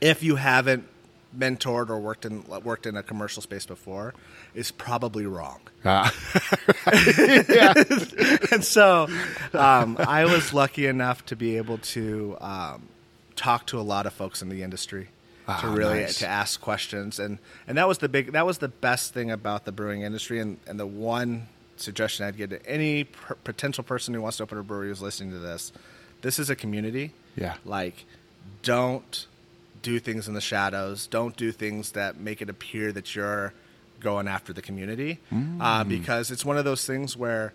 if you haven't mentored or worked in worked in a commercial space before, is probably wrong.
Uh,
and so, um, I was lucky enough to be able to um, talk to a lot of folks in the industry. to
Ah,
really
nice.
to ask questions and and that was the big that was the best thing about the brewing industry and and the one suggestion I'd give to any per- potential person who wants to open a brewery who's listening to this this is a community
Yeah.
like don't do things in the shadows don't do things that make it appear that you're going after the community
Mm.
uh, because it's one of those things where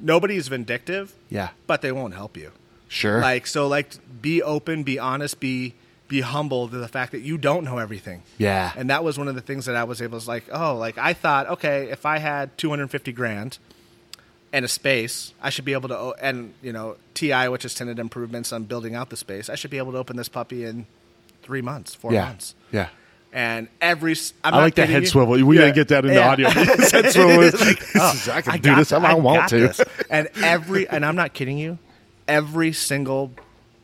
nobody is vindictive
Yeah.
but they won't help you
sure.
like so, like be open, be honest, be be humble to the fact that you don't know everything.
Yeah.
And that was one of the things that I was able to like, oh, like I thought, okay, if I had 250 grand and a space, I should be able to o- and you know, TI which is tenant improvements on building out the space, I should be able to open this puppy in 3 months, 4
yeah.
months.
Yeah.
And every s- I'm
I
not
like that
kidding
head
you.
swivel. We
Yeah.
gotta get that in the
Yeah.
audio. head swivel.
It's like, oh,
I can do
got
this. I,
th-
I want
got
to.
this. And every and I'm not kidding you, every single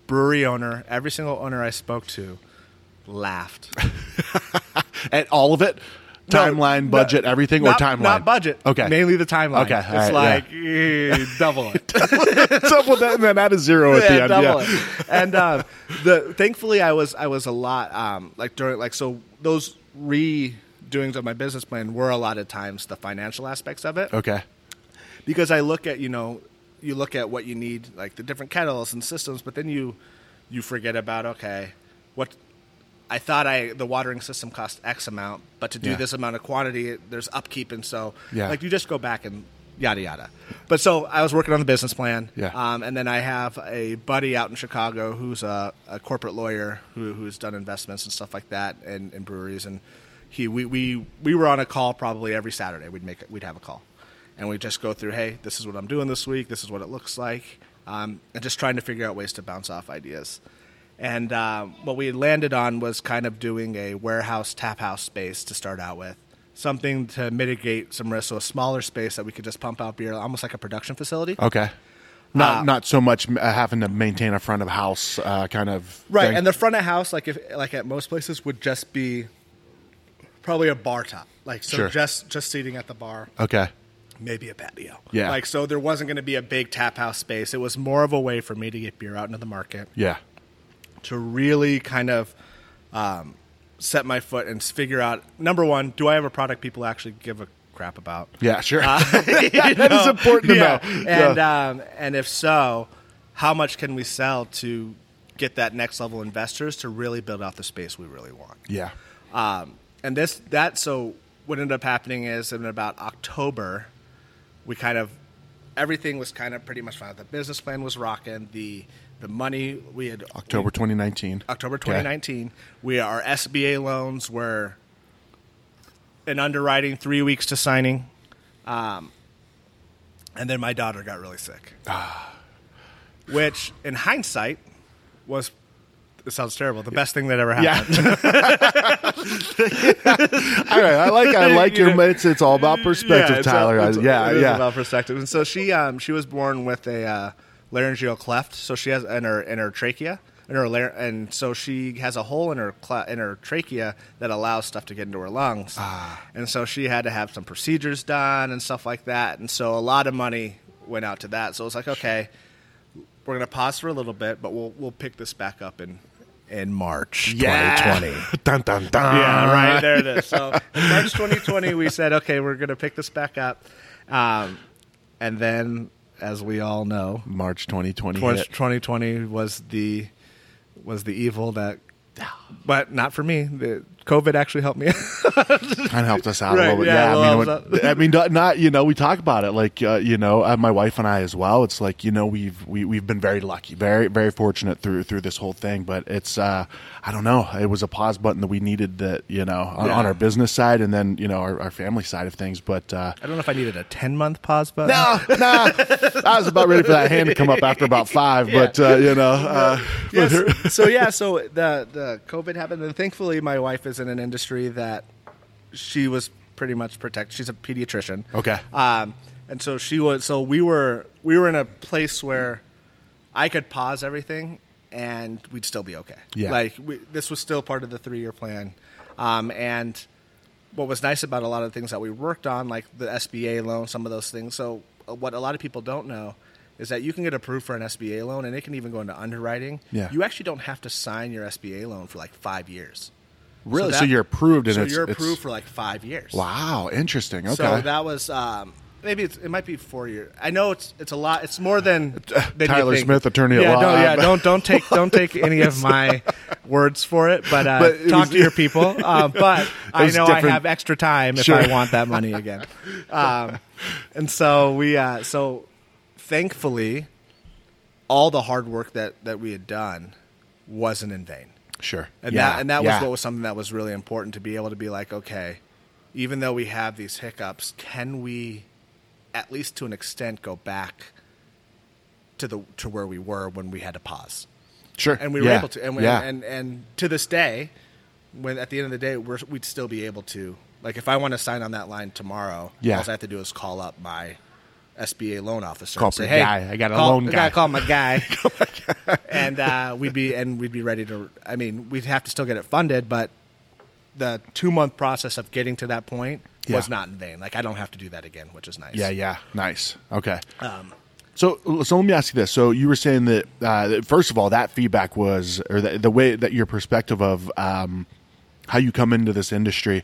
brewery owner, every single owner I spoke to laughed.
At all of it, timeline,
No,
budget, everything,
not,
or timeline,
Not budget.
Okay.
Mainly the timeline.
Okay,
It's
all right,
like eh, double it.
Double that and then add a zero at the
yeah,
end.
double
yeah.
it. And um, the thankfully I was I was a lot um, like during like so those redoings of my business plan were a lot of times the financial aspects of it.
Okay.
because I look at you know you look at what you need like the different kettles and systems, but then you you forget about okay what I thought I the watering system cost X amount, but to do
Yeah.
this amount of quantity there's upkeep and so
Yeah.
like you just go back and yada yada. But so I was working on the business plan,
Yeah.
um, and then I have a buddy out in Chicago who's a, a corporate lawyer who, who's done investments and stuff like that and, and breweries and. He, we, we, we were on a call probably every Saturday. We'd make we'd have a call, and we just go through hey this is what i'm doing this week this is what it looks like um, and just trying to figure out ways to bounce off ideas and um, what we had landed on was kind of doing a warehouse tap house space to start out with something to mitigate some risk so a smaller space that we could just pump out beer almost like a production facility
Okay. Not
Uh,
not so much uh, having to maintain a front of house uh, kind of
right
thing.
and the front of house like if like at most places would just be probably a bar top like so
Sure.
just just seating at the bar
okay.
maybe a patio.
Yeah.
Like so there wasn't going to be a big tap house space. It was more of a way for me to get beer out into the market
Yeah.
to really kind of um, set my foot and figure out number one, do I have a product people actually give a crap about?
Yeah, sure.
that
That is important to know.
And um, and if so, how much can we sell to get that next level investors to really build out the space we really want?
yeah.
Um, and this that so what ended up happening is in about October, we kind of everything was kind of pretty much fine. The business plan was rocking. The the money we had
October 2019.
October
Okay.
2019. We our SBA loans were in underwriting three weeks to signing, um, and then my daughter got really sick,
Ah.
which in hindsight was it sounds terrible. The best thing that ever happened.
Yeah. all right. I like I like your mates. It's all about perspective,
it's
Tyler.
all- it's-
yeah,
it is
yeah.
about perspective. And so she um, she was born with a uh, laryngeal cleft, so she has in her in her trachea. In her lar- and so she has a hole in her cle in her trachea that allows stuff to get into her lungs,
Ah.
and so she had to have some procedures done and stuff like that. And so a lot of money went out to that. So it's like, okay, we're gonna pause for a little bit, but we'll we'll pick this back up in in March, twenty twenty.
dun dun dun.
Yeah, right. Uh, There it is. So in March 2020, we said, okay, we're going to pick this back up. Um, and then, as we all know,
March 2020.
March
hit.
2020 was the was the evil that, but not for me. The COVID actually helped me.
kind of helped us out a
Right,
little bit. Yeah,
yeah, it
I mean,
helps
when- I mean, not- not you know, we talk about it like uh, you know, uh, my wife and I as well. It's like you know, we've we, we've been very lucky, very very fortunate through through this whole thing. But it's uh, I don't know, it was a pause button that we needed that you know on,
Yeah.
on our business side and then you know our, our family side of things. But uh,
I don't know if I needed a 10 month pause button.
no, no, I was about ready for that hand to come up after about five, but uh, you know, uh, but here-
yes. so yeah, so the the COVID happened, and thankfully, my wife is in an industry that she was pretty much protected. She's a pediatrician.
Okay.
Um, and so she was. So we were we were in a place where I could pause everything, and we'd still be okay.
Yeah.
Like we, this was still part of the three year plan, um, and what was nice about a lot of the things that we worked on, like the SBA loan, some of those things. So, uh, what a lot of people don't know is that you can get approved for an SBA loan, and it can even go into underwriting.
Yeah.
You actually don't have to sign your SBA loan for like five years.
Really? So you're approved and
so
it's-
you're
it's-
approved for like five years.
wow, interesting. Okay,
So that was um, maybe it's, it might be four years. I know it's it's a lot. It's more than, than you
Tyler
think.
Smith, attorney at
Yeah,
law.
Don't, yeah, don't don't take don't take any of my words for it, but, uh,
But it
talk
was-
to your people. Uh, but I
was
know I
different.
have extra time if
Sure.
I want that money again. Um, and so we uh, so thankfully all the hard work that that we had done wasn't in vain.
sure,
And
yeah,
that and that
yeah.
was what was something that was really important to be able to be like, okay, even though we have these hiccups, can we at least to an extent go back to the to where we were when we had to pause?
sure,
And we were
Yeah.
able to and, we-
yeah.
and and to this day, when at the end of the day we're, we'd still be able to like if I want to sign on that line tomorrow,
Yeah.
all I have to do is call up my SBA loan officer.
Call
and
up
say,
your
hey,
guy. I got a
call-
loan
I
guy."
gotta call my guy, and uh, we'd be and we'd be ready to. I mean, we'd have to still get it funded, but the two month process of getting to that point was
Yeah.
not in vain. Like I don't have to do that again, which is nice.
Yeah, yeah. Nice. Okay. so, so let me ask you this. So, you were saying that, uh, that first of all, that feedback was, or the, the way that your perspective of um, how you come into this industry,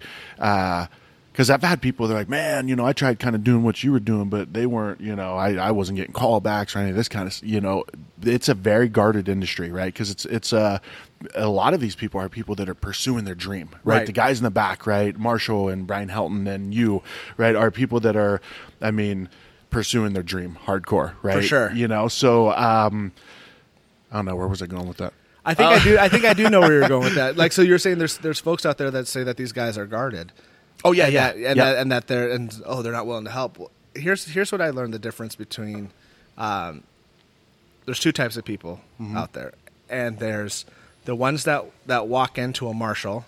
because I've had people they're like, man, you know, I tried kind of doing what you were doing, but they weren't, you know, I, I wasn't getting callbacks or any of this kind of, s- you know, it's a very guarded industry, right? Because it's it's a a lot of these people are people that are pursuing their dream, right?
Right.
The guys in the back, right? Marshall and Brian Helton and you, right, are people that are, I mean, pursuing their dream hardcore, right?
sure.
You know, so um, I don't know where was I going with that.
I think I do. I think I do know where you're going with that. Like, so you're saying there's there's folks out there that say that these guys are guarded. Oh yeah, and
yeah,
that, and,
yeah.
That, and that they're and oh they're not willing to help. Well, Here's here's what I learned the difference between. Um, there's two types of people out there, and there's the ones that that walk into a Marshall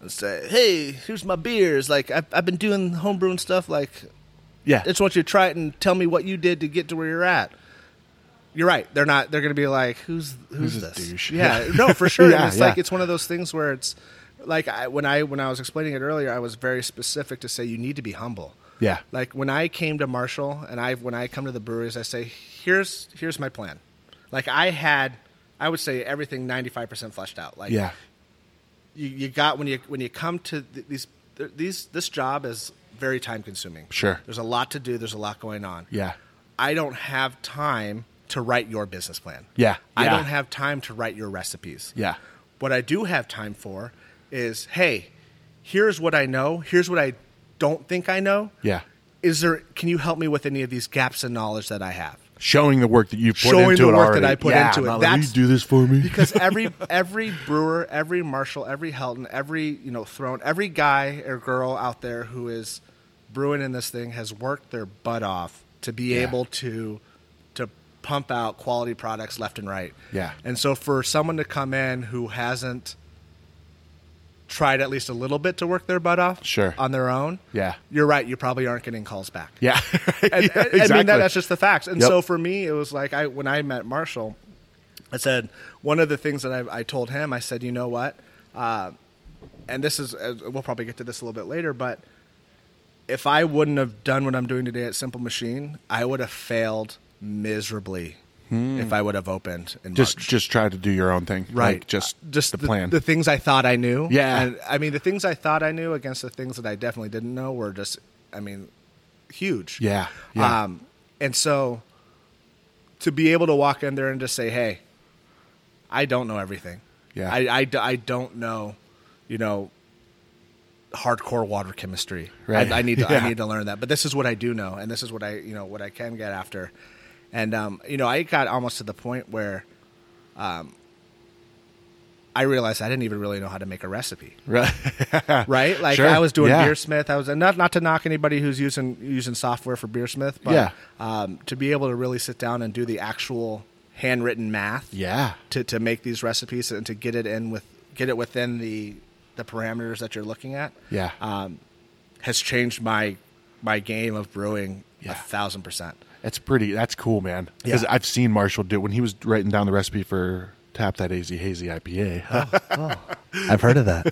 and say, "Hey, here's my beers. Like I've I've been doing homebrewing stuff. Like
Yeah,
I just want you to try it and tell me what you did to get to where you're at. You're right. They're not. They're going to be like, who's who's,
Who's this
this?
douche?
Yeah.
Yeah.
No, for sure. And
Yeah,
it's
yeah.
like it's one of those things where it's like I, when I when I was explaining it earlier, I was very specific to say you need to be humble.
Yeah.
Like when I came to Marshall and I when I come to the breweries, I say here's here's my plan. Like I had, I would say everything ninety five percent fleshed out. Like
yeah,
you, you got when you when you come to th- these th- these this job is very time consuming.
Sure.
there's a lot to do. There's a lot going on.
yeah,
I don't have time to write your business plan.
Yeah.
I
Yeah.
don't have time to write your recipes.
yeah,
What I do have time for is, hey, here's what I know, here's what I don't think I know.
Yeah.
Is there? Can you help me with any of these gaps in knowledge that I have?
Showing the work that you put
Showing
into
the
it
work
already.
that I put
Yeah,
into it.
not like,
That's-
"Will you do this for me.
because every every brewer, every Marshall, every Helton, every you know Throne, every guy or girl out there who is brewing in this thing has worked their butt off to be
Yeah.
able to to pump out quality products left and right.
Yeah.
And so for someone to come in who hasn't tried at least a little bit to work their butt off
Sure.
on their own.
Yeah.
You're right, you probably aren't getting calls back.
yeah.
And,
Yeah,
and- I mean, that, that's just the facts. And
Yep.
so for me, it was like I when I met Marshall, I said one of the things that I, I told him, I said, you know what, uh, and this is uh, we'll probably get to this a little bit later, but if I wouldn't have done what I'm doing today at Simple Machine, I would have failed miserably if I would have opened in
Hmm. just
March.
just try to do your own thing.
Right,
Like, just
Uh,
just the, plan.
The things I thought I knew,
Yeah.
And, I mean, the things I thought I knew against the things that I definitely didn't know were just, I mean, huge.
yeah. Yeah.
Um, and so to be able to walk in there and just say, hey, I don't know everything.
Yeah.
I, I d- I don't know, you know, hardcore water chemistry.
Right.
I, I need to,
Yeah.
I need to learn that. But this is what I do know, and this is what I you know what I can get after. And um, you know, I got almost to the point where, um, I realized I didn't even really know how to make a recipe
right.
right? Like
Sure.
I was doing
Yeah.
Beersmith. I was and not not to knock anybody who's using using software for Beersmith, but
Yeah.
um, to be able to really sit down and do the actual handwritten math,
yeah.
to to make these recipes and to get it in with get it within the the parameters that you're looking at,
Yeah.
um, has changed my my game of brewing
Yeah.
a thousand percent.
That's pretty. That's cool, man. Because
Yeah.
I've seen Marshall do when he was writing down the recipe for Tap That AZ Hazy IPA.
I've heard of that.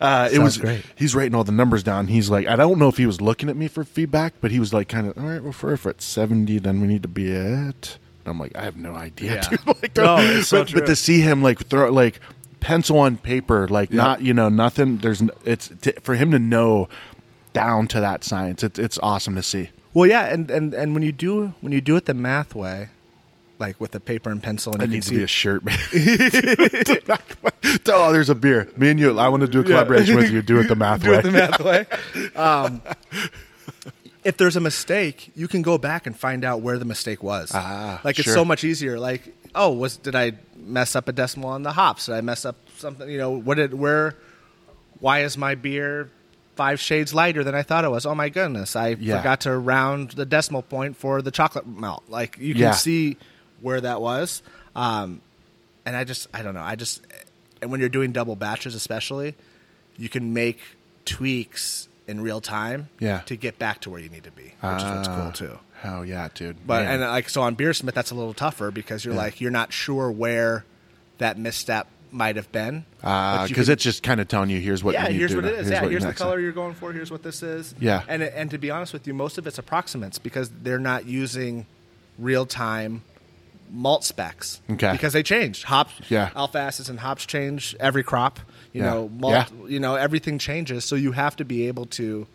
Uh, it
Sounds
was
great.
He's writing all the numbers down. He's like, I don't know if he was looking at me for feedback, but he was like, kind of, all right, well, for if we're at seventy, then we need to be at. And I'm like, I have no idea.
Yeah.
dude. Like,
No,
don't-
it's so
but, but
true.
to see him like throw like pencil on paper, like not you know nothing. There's n- it's t- for him to know down to that science. It's it's awesome to see.
well, yeah, and, and and when you do when you do it the math way, like with the paper and pencil, and
That
you
needs to
can see
be a shirt, man. oh, there's a beer. Me and you. I want to do a collaboration with you. Do it the math way.
the math way. Um, if there's a mistake, you can go back and find out where the mistake was.
Ah,
like
sure.
it's so much easier. Like, oh, was did I mess up a decimal on the hops? Did I mess up something? You know, what did where? Why is my beer five shades lighter than I thought it was? Oh my goodness, I
Yeah.
forgot to round the decimal point for the chocolate melt. Like you can
Yeah.
see where that was. Um, and I just I don't know. I just and when you're doing double batches, especially, you can make tweaks in real time.
Yeah.
To get back to where you need to be, which is what's cool too.
Hell yeah, dude.
Ah. But
Man.
and like so on Beersmith, that's a little tougher because you're like you're not sure where that misstep might have been.
Ah,
But you
because
can-
it's just kind of telling you here's what.
yeah,
you need
here's
to
what
do
it
now.
is. yeah,
what
here's the
next-
color you're going for. Here's what this is.
Yeah.
and and to be honest with you, most of it's approximates because they're not using real time malt specs.
Okay.
because they change hops.
Yeah.
alpha acids and hops change every crop. You
Yeah.
know, malt.
Yeah.
You know, everything changes, so you have to be able to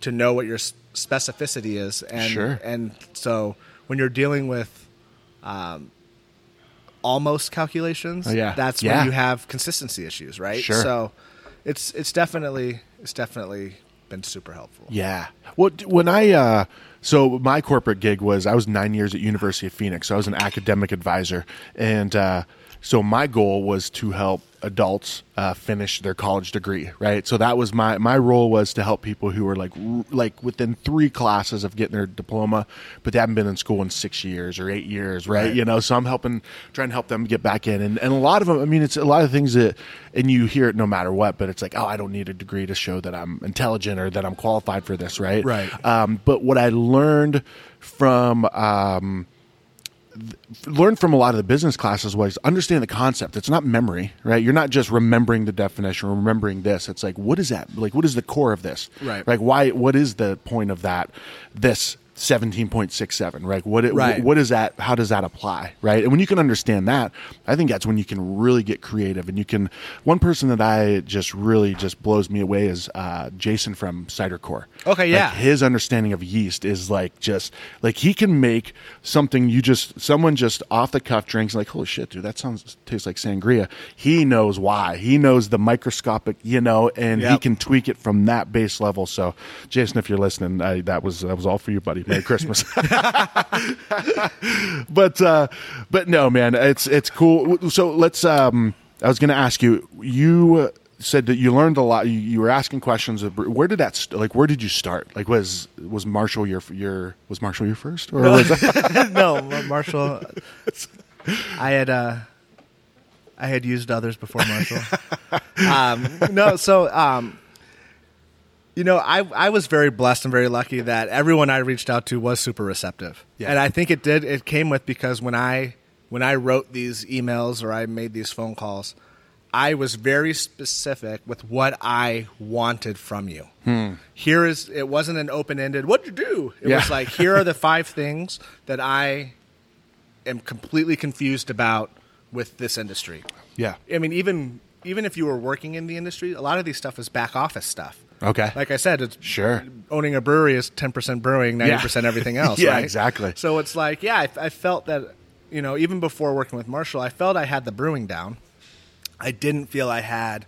to know what your s- specificity is. And
Sure.
and so when you're dealing with um, almost calculations,
Oh, yeah.
that's
Yeah.
when you have consistency issues, right?
Sure.
So Oh, it's it's definitely it's definitely been super helpful.
Yeah. What when I uh so my corporate gig was I was 9 years at University of Phoenix. So I was an academic advisor and uh so my goal was to help adults uh, finish their college degree, right? So that was my my role was to help people who were like r- like within 3 classes of getting their diploma, but they haven't been in school in 6 years or 8 years, right?
Right.
You know, so I'm helping trying to help them get back in and and a lot of them I mean it's a lot of things that and you hear it no matter what, but it's like, "Oh, I don't need a degree to show that I'm intelligent or that I'm qualified for this," right?
Right.
Um, but what I learned from um, th- learned from a lot of the business classes was understand the concept. It's not memory, right? You're not just remembering the definition, or remembering this. It's like what is that? Like what is the core of this?
Right.
Like why? What is the point of that? This seventeen point six seven, right? What it,
Right.
what is that? How does that apply, right? And when you can understand that, I think that's when you can really get creative. And you can one person that I just really just blows me away is uh, Jason from Cider Core. Like,
Okay, yeah.
his understanding of yeast is like just like he can make something you just someone just off the cuff drinks like holy shit, dude, that sounds tastes like sangria. He knows why. He knows the microscopic, you know, and he
Yep.
can tweak it from that base level. So, Jason, if you're listening, I, that was that was all for you, buddy. Merry Christmas. but uh, but no, man, it's it's cool. So let's. Um, I was going to ask you. You said that you learned a lot. You, you were asking questions. Of, bre- where did that st- like? Where did you start? Like, was was Marshall your your was Marshall your first or was
no, Marshall. I had uh, I had used others before Marshall. um, no, so um, you know, I I was very blessed and very lucky that everyone I reached out to was super receptive,
Yeah.
and I think it did. It came with because when I when I wrote these emails or I made these phone calls, I was very specific with what I wanted from you. Here is it wasn't an open ended. What'd you do? It
Hmm. Yeah.
was like here are the five things that I am completely confused about with this industry.
yeah?
I mean, even even if you were working in the industry, a lot of these stuff is back office stuff.
Okay.
Like I said, it's
Sure.
Owning a brewery is ten percent brewing, ninety percent everything else.
Yeah,
right?
exactly.
So it's like, yeah, I, I felt that you know, even before working with Marshall, I felt I had the brewing down. I didn't feel I had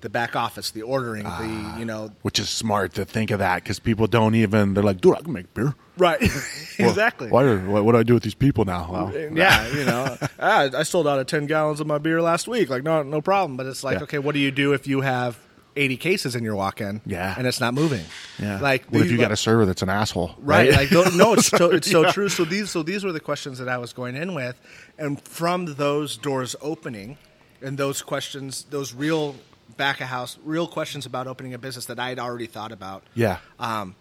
the back office, the ordering,
Ah.
the you know,
Which is smart to think of that because people don't even they're like, dude, I can make beer.
right,
Well,
exactly.
Why? Are, what, what do I do with these people now? Wow.
yeah, you know, ah, I sold out of ten gallons of my beer last week. Like, no, no problem. But it's like,
Yeah.
okay, what do you do if you have eighty cases in your walk-in?
Yeah.
and it's not moving.
Yeah.
like
what if
the-
you got a server that's an asshole?
right? Like, tho- no, it's so, it's so true. So these, so these were the questions that I was going in with, and from those doors opening, and those questions, those real back of house, real questions about opening a business that I had already thought about
Yeah.
um,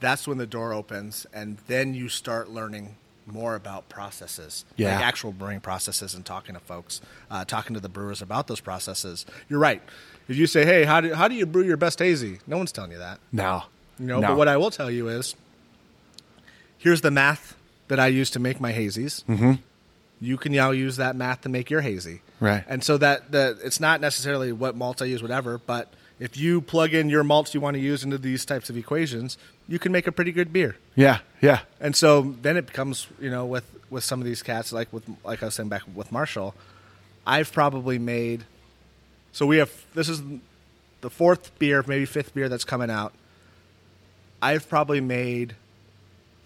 that's when the door opens, and then you start learning more about processes,
Yeah.
like actual brewing processes, and talking to folks, uh, talking to the brewers about those processes. You're right. If you say, "Hey, how do how do you brew your best hazy?" No one's telling you that.
Now.
You know, but what I will tell you is, here's the math that I use to make my hazies. Mm-hmm. You can now use that math to make your hazy,
Right.
And so that the it's not necessarily what malts I use, whatever, but if you plug in your malts you want to use into these types of equations, you can make a pretty good beer.
Yeah. Yeah.
And so then it becomes, you know, with with some of these cats, like with like I was saying back with Marshall, I've probably made. So we have this is the fourth beer, maybe fifth beer that's coming out. I've probably made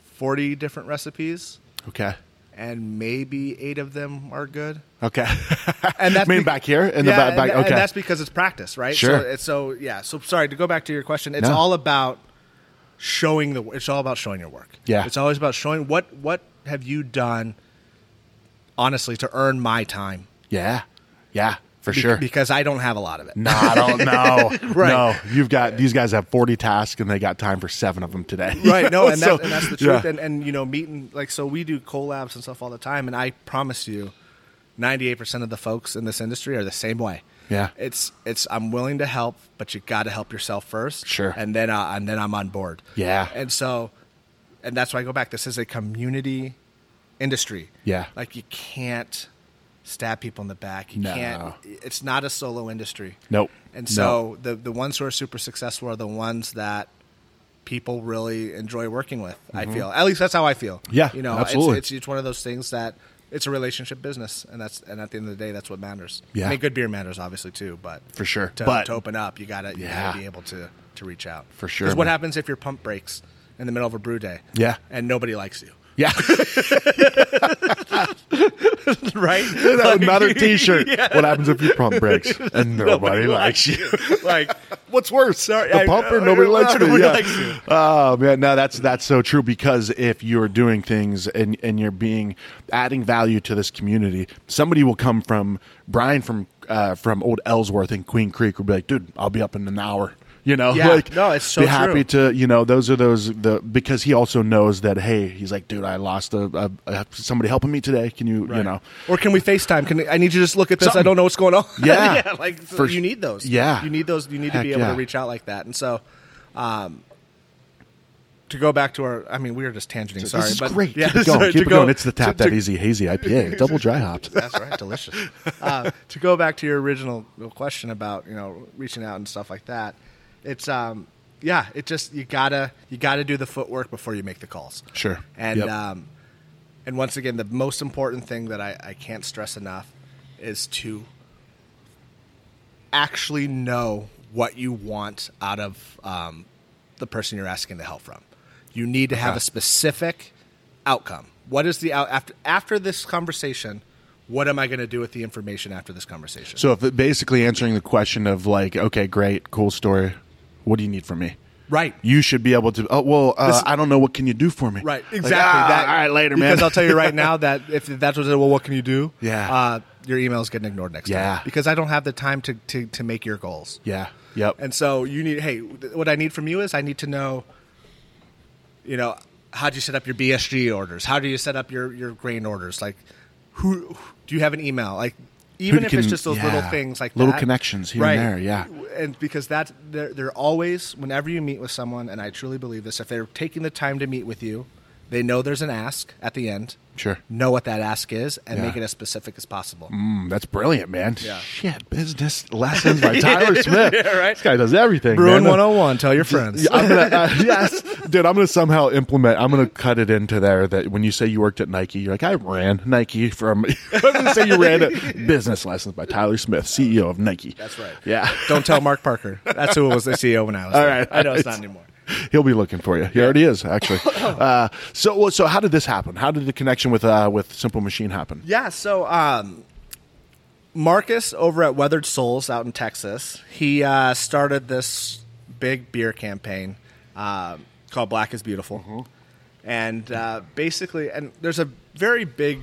forty different recipes,
Okay.
and maybe eight of them are good.
Okay.
And that's
mean
bec-
back here in the
Yeah,
back. back
and, and
okay.
that's because it's practice, right?
Sure.
So, it's, so yeah. So sorry to go back to your question. It's
No.
all about showing the. It's all about showing your work.
Yeah.
It's always about showing what what have you done, honestly, to earn my time.
yeah. Yeah. For
Be-
sure.
Because I don't have a lot of it.
no, I don't know.
Right.
No, you've got these guys have forty tasks and they got time for seven of them today.
Right. No. And,
So,
that, and that's the truth.
yeah.
And and you know, meeting like so we do collabs and stuff all the time, and I promise you. 98% of the folks in this industry are the same way.
Yeah.
It's it's I'm willing to help, but you got to help yourself first.
Sure.
And then uh, and then I'm on board.
Yeah.
And so and that's why I go back this is a community industry.
Yeah.
Like you can't stab people in the back. You
No.
can't it's not a solo industry.
Nope.
And so the the ones who are super successful are the ones that people really enjoy working with. I feel at least that's how I feel.
Mm-hmm. Yeah,
you know,
absolutely.
It's, it's it's one of those things that it's a relationship business, and that's and at the end of the day, that's what matters.
Yeah.
I mean, good beer matters obviously too, but
For sure.
to,
But-
to open up, you gotta you
Yeah.
gotta be able to to reach out
For sure,
what
man.
happens if your pump breaks in the middle of a brew day?
Yeah.
and nobody likes you.
yeah,
Right?
another T-shirt. What happens if your pump breaks and nobody, likes you?
like,
What's worse,
Sorry,
the
I-
pumper?
I-
Nobody likes me.
nobody
Yeah.
likes you.
Oh man, no, that's that's so true. Because if you're doing things and and you're being adding value to this community, somebody will come from Brian from uh, from old Ellsworth in Queen Creek will be like, dude, I'll be up in an hour. You know,
Yeah.
like
No, it's so
be happy
true.
to you know those are those the because he also knows that hey, he's like, dude, I lost a, a, a somebody helping me today. Can you you know.
or can we FaceTime? Can I need you to just look at this? I
Something.
don't know what's going on.
Yeah.
like so
For-
you need those.
yeah.
you need those. You need
Heck
to be able
yeah.
to reach out like that. And so, um, to go back to our, I mean, we were just tangenting.
This
sorry,
is
but
great.
Yeah,
keep it going.
sorry,
keep
to
it going.
go-
It's the tap
to-
that easy hazy IPA, double dry hopped.
That's right, delicious. Uh, to go back to your original question about you know reaching out and stuff like that, it's um yeah, it just you gotta you gotta do the footwork before you make the calls.
Sure.
And
Yep.
um, and once again, the most important thing that I, I can't stress enough is to actually know what you want out of um, the person you're asking the help from. You need to have
Okay.
a specific outcome. What is the out after after this conversation? What am I going to do with the information after this conversation?
So if it basically answering the question of like, okay, great, cool story. What do you need from me?
right.
You should be able to. Oh well, uh,
This-
I don't know. What can you do for me?
Right,
Like,
exactly.
"Ah,
that,
all right, later, man.
Because I'll tell you right now that if that's what, well, what can you do?
Yeah.
uh, your email's getting ignored next time.
Yeah.
because I don't have the time to to, to make your goals.
yeah. Yep.
And so you need, hey, th- what I need from you is I need to know, you know, how do you set up your BSG orders? How do you set up your, your grain orders? Like, who do you have an email? Like, even
you
if
can-
it's just those little
yeah,
things like
little
that.
connections here and there, yeah.
And because that's, they're, they're always, whenever you meet with someone, and I truly believe this, if they're taking the time to meet with you, they know there's an ask at the end.
Sure.
Know what that ask is and
Yeah.
make it as specific as possible.
Mm, that's brilliant, man.
Yeah.
Shit, business lessons by Tyler Smith. yeah, right. This guy does everything.
Bruin
man.
101, tell your friends.
Yeah, I'm gonna, uh, yes, dude. I'm gonna somehow implement. I'm gonna cut it into there that when you say you worked at Nike, you're like, I ran Nike from. I'm gonna say you ran it. Business Lessons by Tyler Smith, CEO of Nike.
That's right.
Yeah,
Don't tell Mark Parker. That's who was the CEO when I was. All
right,
I know it's
all
not
right.
anymore.
he'll be looking for you. He already is, actually. Uh, so, well, so how did this happen? How did the connection with uh, with Simple Machine happen?
Yeah. So um, Marcus over at Weathered Souls out in Texas, he uh, started this big beer campaign um, called Black is Beautiful, and uh, basically, and there's a very big.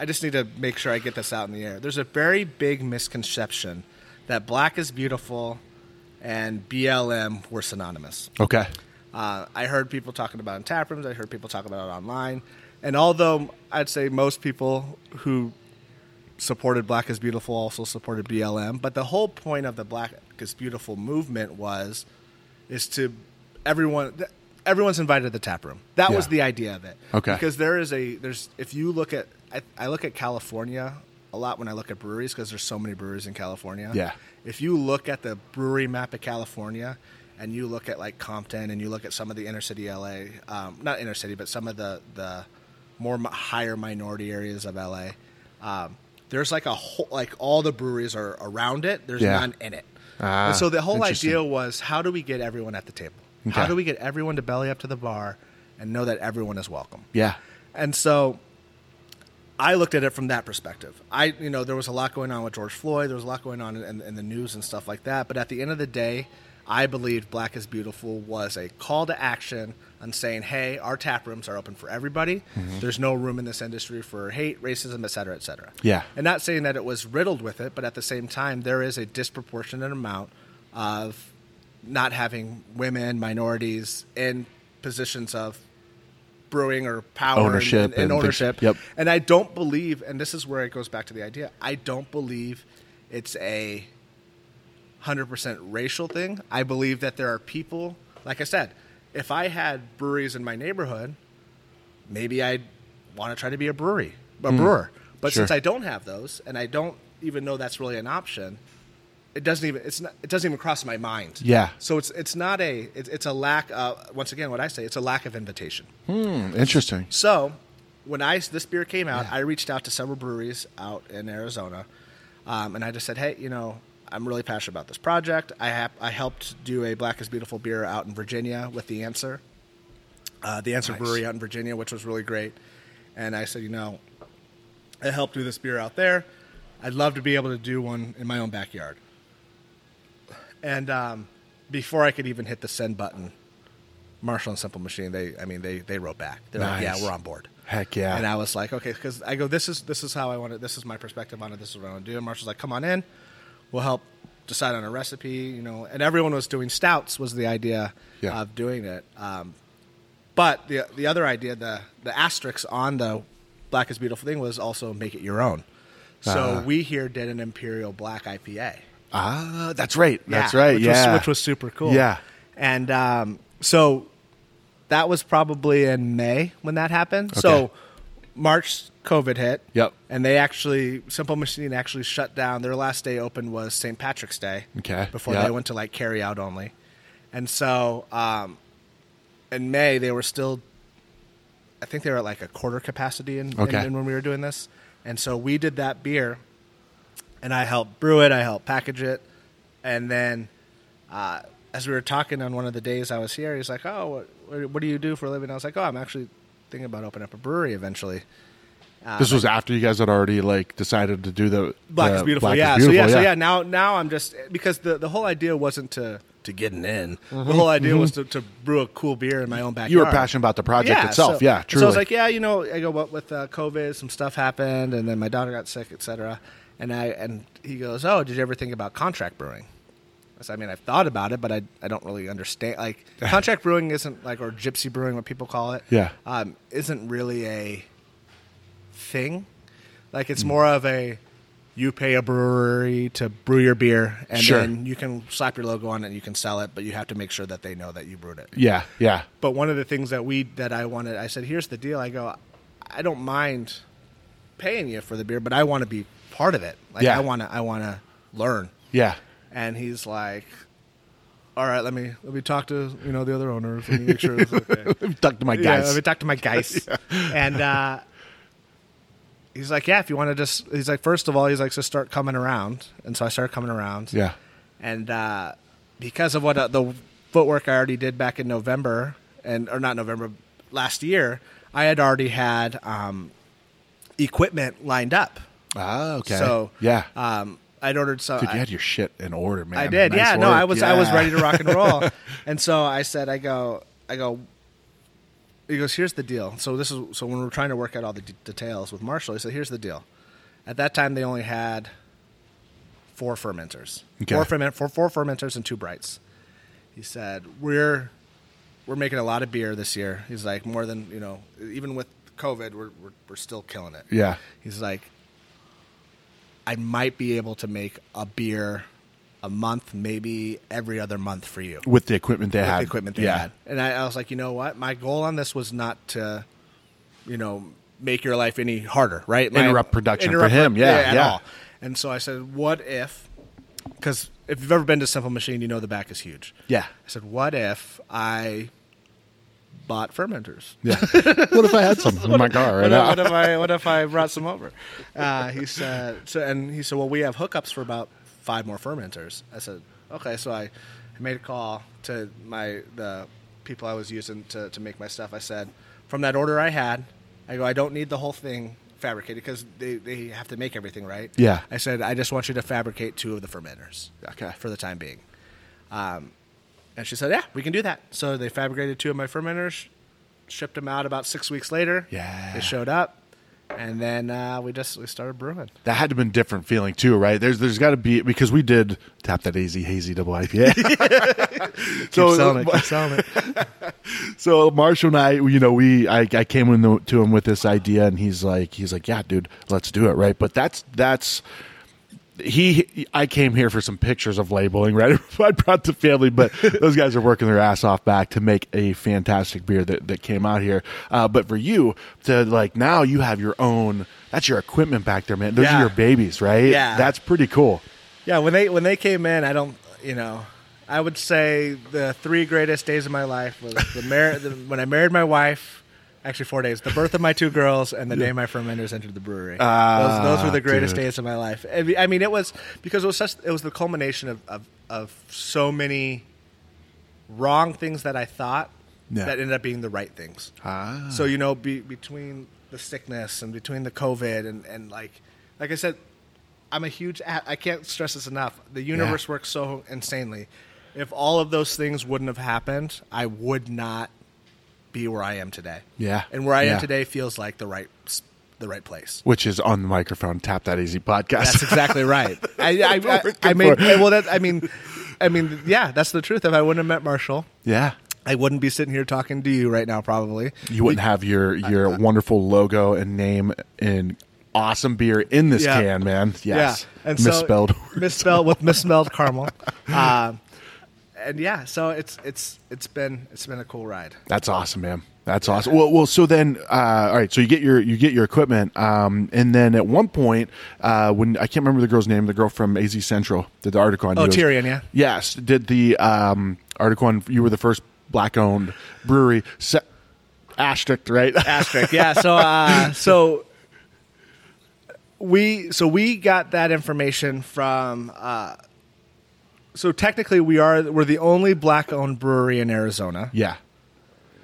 I just need to make sure I get this out in the air. There's a very big misconception that Black is Beautiful and BLM were synonymous.
Okay.
Uh, I heard people talking about it in tap rooms. I heard people talk about it online. And although I'd say most people who supported Black is Beautiful also supported BLM, but the whole point of the Black is Beautiful movement was is to everyone. th- Everyone's invited to the tap room. That was
Yeah.
the idea of it.
Okay.
Because there is a there's if you look at I, I look at California a lot when I look at breweries because there's so many breweries in California.
Yeah.
If you look at the brewery map of California and you look at like Compton and you look at some of the inner city LA, um, not inner city, but some of the, the more mi- higher minority areas of LA, um, there's like a whole, like all the breweries are around it. There's
Yeah.
none in it.
Ah,
and so the whole
interesting.
idea was how do we get everyone at the table? How
Okay.
do we get everyone to belly up to the bar and know that everyone is welcome?
Yeah.
And so I looked at it from that perspective. I, you know, there was a lot going on with George Floyd. There was a lot going on in, in, in the news and stuff like that. But at the end of the day, I believed Black is Beautiful was a call to action on saying, hey, our tap rooms are open for everybody. There's no room in this industry for hate, racism, et cetera, et cetera.
Yeah.
And not saying that it was riddled with it, but at the same time, there is a disproportionate amount of not having women, minorities in positions of brewing or power and-
Ownership
and, and
and things-
ownership.
yep.
And I don't believe, and this is where it goes back to the idea. I don't believe it's a hundred percent racial thing. I believe that there are people, like I said, if I had breweries in my neighborhood, maybe I'd want to try to be a brewery, a brewer. But
Mm. Sure.
since I don't have those, and I don't even know that's really an option, it doesn't even it's not it doesn't even cross my mind.
Yeah.
So it's it's not a it's, it's a lack of once again what I say it's a lack of invitation.
Hmm, interesting.
So, when I this beer came out, I reached out to several breweries out in Arizona, um, and I just said, "Hey, you know, I'm really passionate about this project. I hap- I helped do a Black is Beautiful beer out in Virginia with the Answer, uh, the Answer Brewery out in Virginia, which was really great. And I said, you know, I helped do this beer out there. I'd love to be able to do one in my own backyard. And um, before I could even hit the send button, Marshall and Simple Machine, they, I mean, they, they wrote back. They're like,
Nice.
yeah, we're on board.
Heck yeah.
And I was like, okay, because I go, this is this is how I want it. This is my perspective on it. This is what I want to do. And Marshall's like, come on in, we'll help decide on a recipe, you know. And everyone was doing stouts was the idea
Yeah.
of doing it. Um, but the the other idea, the the asterisk on the Black is Beautiful thing was also make it your own. So
Ah.
we here did an Imperial Black IPA.
Ah, that's right. That's
Yeah,
right.
Which
yeah.
Was, which was super cool.
Yeah.
And um, so that was probably in May when that happened. So
Okay.
March COVID hit.
Yep.
And they actually Simple Machine actually shut down. Their last day open was St. Patrick's Day.
Okay.
Before
Yep.
they went to like carry out only. And so um, in May they were still I think they were at like a quarter capacity in, in-
Okay.
in when we were doing this. And so we did that beer and I helped brew it, I helped package it, and then uh, as we were talking on one of the days I was here, he's like, "Oh, what, what do you do for a living?" I was like, "Oh, I'm actually thinking about opening up a brewery eventually."
this was after you guys had already like decided to do the
Black
the
is beautiful,
Ah, Black
yeah.
Is Beautiful,
so yeah, so yeah. Now, now I'm just because the the whole idea wasn't to to getting in. The whole idea was to, to brew a cool beer in my own backyard.
Mm-hmm. You were passionate about the project itself,
so-
yeah,
So I
truly.
was like, yeah, you know, I go, what with uh, COVID, some stuff happened, and then my daughter got sick, etc. And I and he goes, oh, did you ever think about contract brewing? I said, I mean, I've thought about it, but I, I don't really understand. Like contract brewing isn't like or gypsy brewing, what people call it.
Yeah.
um, isn't really a thing. Like
Hmm.
it's more of a you pay a brewery to brew your beer, and
Sure.
then you can slap your logo on it and you can sell it, but you have to make sure that they know that you brewed it
yeah, yeah.
but one of the things that we that I wanted, I said, here's the deal. I go, I don't mind paying you for the beer, but I want to be part of it. Like
Yeah.
I want to, I want to learn.
Yeah.
And he's like, all right, let me let me talk to you know the other owners. Let me make sure it's okay.
Talk to my
Yeah,
guys.
let me talk to my guys. And uh, he's like, yeah, if you want to just, he's like, first of all, he's like, just start coming around. And so I started coming around
yeah.
and uh, because of what uh, the footwork I already did back in November and or not November last year, I had already had um, equipment lined up.
Ah, okay.
So
yeah,
um, I'd ordered some.
dude, you
I-
had your shit in order, man.
I did.
Nice
yeah, no, I
work.
was I was
Yeah.
ready to rock and roll. and so I said, I go, I go. He goes, here's the deal. So this is so when we we're trying to work out all the d- details with Marshall, he said, here's the deal. At that time, they only had four fermenters,
Okay.
four ferment, four, four fermenters and two brights. He said, we're we're making a lot of beer this year. He's like, more than you know, even with COVID, we're we're, we're still killing it.
Yeah.
He's like, I might be able to make a beer a month, maybe every other month for you.
with the equipment they had.
The equipment they
yeah.
had. And I, I was like, you know what? My goal on this was not to, you know, make your life any harder, right? My-
Interrupt production for
pro-
him. Yeah,
at
yeah.
all. And so I said, what if, because if you've ever been to Simple Machine, you know the back is huge.
Yeah.
I said, what if I bought fermenters?
Yeah. what if I had some in my car right
what,
now?
if- what if I what if I brought some over? Uh, he said. So and he said, well, we have hookups for about five more fermenters. I said, okay. So I made a call to my the people I was using to to make my stuff. I said, from that order I had, I go, I don't need the whole thing fabricated because they they have to make everything right.
Yeah.
I said, I just want you to fabricate two of the fermenters.
Okay.
For the time being. And she said, "Yeah, we can do that." So they fabricated two of my fermenters, shipped them out about six weeks later.
Yeah.
they showed up, and then uh, we just we started brewing.
That had to have been different feeling too, right? There's there's got to be because we did tap that easy hazy double IPA. so
selling it.
so Marshall and I, you know, we I, I came in the, to him with this idea, and he's like, he's like, yeah, dude, let's do it, right? But that's that's he. I came here for some pictures of labeling, right? I brought the family, but those guys are working their ass off back to make a fantastic beer that that came out here. Uh, but for you to like now, you have your own. That's your equipment back there, man. Those
Yeah.
are your babies, right?
Yeah.
that's pretty cool.
yeah, when they when they came in, I don't, you know, I would say the three greatest days of my life was the, mar- the when I married my wife. Actually, four days: the birth of my two girls and the day my fermenters entered the brewery.
Ah,
those, those were the greatest
dude.
days of my life. I mean- I mean, it was because it was such. It was the culmination of of, of so many wrong things that I thought
Yeah.
that ended up being the right things.
Ah.
So you know, be, between the sickness and between the COVID and and like like I said, I'm a huge. a- I can't stress this enough. The universe
Yeah.
works so insanely. If all of those things wouldn't have happened, I would not be where I am today.
Yeah.
and where I
Yeah.
am today feels like the right s- the right place.
Which is on the microphone. Tap that easy
That's
podcast.
exactly right. I, I,
what we're
I, I
looking
mean,
for.
well, that, I mean, I mean, yeah, that's the truth. If I wouldn't have met Marshall,
yeah.
I wouldn't be sitting here talking to you right now, probably.
you wouldn't have your your wonderful logo and name and awesome beer in this
Yeah.
can, man. Yes,
Yeah, and so-
misspelled.
misspelled with misspelled caramel. Um, and yeah, so it's it's it's been it's been a cool ride.
That's awesome, man. That's awesome. Well, well. So then, uh, all right. So you get your you get your equipment, um, and then at one point, uh, when I can't remember the girl's name, the girl from AZ Central did the article on
Oh,
you.
Tyrion, yeah.
Yes, did the um, article on you were the first black owned brewery. Se- asterisk, right?
asterisk. Yeah. So uh, so we so we got that information from. Uh, so technically, we are we're the only black-owned brewery in Arizona.
yeah.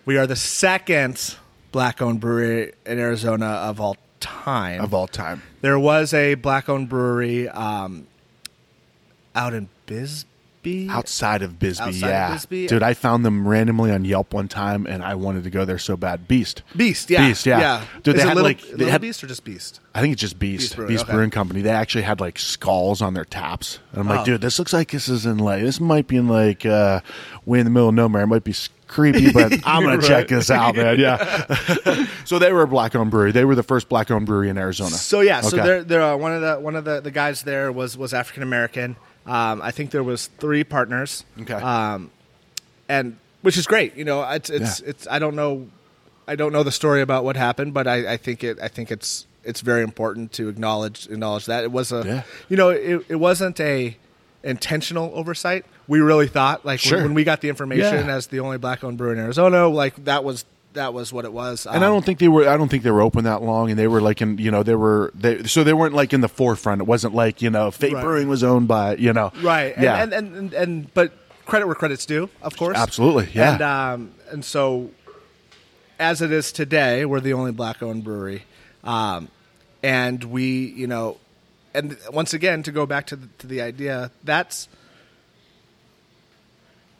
We are the second black-owned brewery in Arizona of all time.
Of all time.
there was a black-owned brewery um, out in Bisbee.
Outside of Bisbee,
Outside of
yeah,
Bisbee.
dude. I found them randomly on Yelp one time, and I wanted to go there so bad. Beast,
Beast, yeah,
Beast, yeah. Dude,
Is
they
it
had
little,
like they
Little
had-
Beast or just Beast?
I think it's just Beast, Beast,
Brewing, okay.
Brewing Company. They actually had like skulls on their taps, and I'm like,
Oh.
dude, this looks like this is in like this might be in like uh, way in the middle of nowhere. It might be s- creepy, but I'm gonna check this out, man. Yeah. so they were a black-owned brewery. They were the first black-owned brewery in Arizona.
So yeah, so
Okay.
there, there are one of the one of the, the guys there was was African American. Um, I think there was three partners.
Okay.
Um, and which is great. You know, it's it's,
Yeah.
it's I don't know, I don't know the story about what happened, but I, I think it I think it's it's very important to acknowledge acknowledge that it was a
Yeah.
you know it, it wasn't a intentional oversight. We really thought like
Sure.
when, when we got the information
Yeah.
as the only black owned brewer in Arizona, like that was that was what it was.
and I don't think they were. I don't think they were open that long, and they were like in you know they were they so they weren't like in the forefront. It wasn't like you know Fate
Right.
Brewing was owned by you know
right and,
yeah
and, and, and and but credit where credit's due of course
Absolutely, yeah.
and um and so as it is today we're the only black owned brewery um and we you know and once again to go back to the, to the idea that's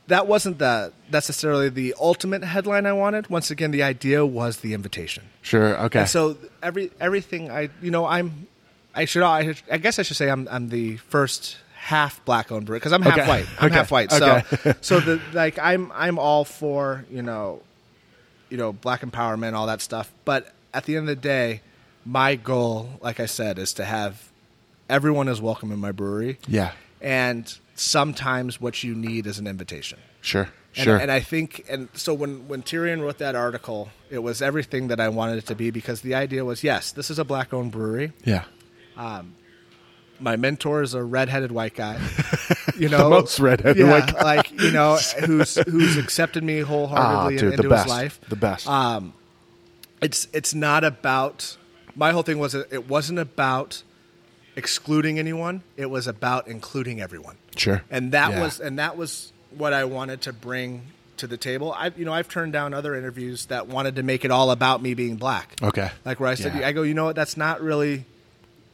that wasn't the necessarily the ultimate headline I wanted. Once again, the idea was the invitation.
sure okay
And so th- every everything I you know I'm I should I, should- I guess I should say I'm I'm the first half black owned brewer because I'm half
Okay.
white I'm
Okay.
half white so
Okay.
so the like I'm I'm all for you know you know black empowerment all that stuff but at the end of the day my goal like I said is to have everyone is welcome in my brewery
yeah
and sometimes what you need is an invitation
sure
and,
sure
And I think, and so when, when Tyrion wrote that article, it was everything that I wanted it to be because the idea was yes, this is a black owned brewery.
yeah
My mentor is a redheaded white guy, you know,
most redheaded
yeah,
white guy.
like you know, who's who's accepted me wholeheartedly
Ah, dude,
into
the best,
his life.
the best.
Um, it's it's not about my whole thing was it, it wasn't about excluding anyone. It was about including everyone.
sure
and that
Yeah.
was and that was what I wanted to bring to the table. I you know I've turned down other interviews that wanted to make it all about me being black.
Okay.
like where I said
Yeah.
I go, you know what? That's not really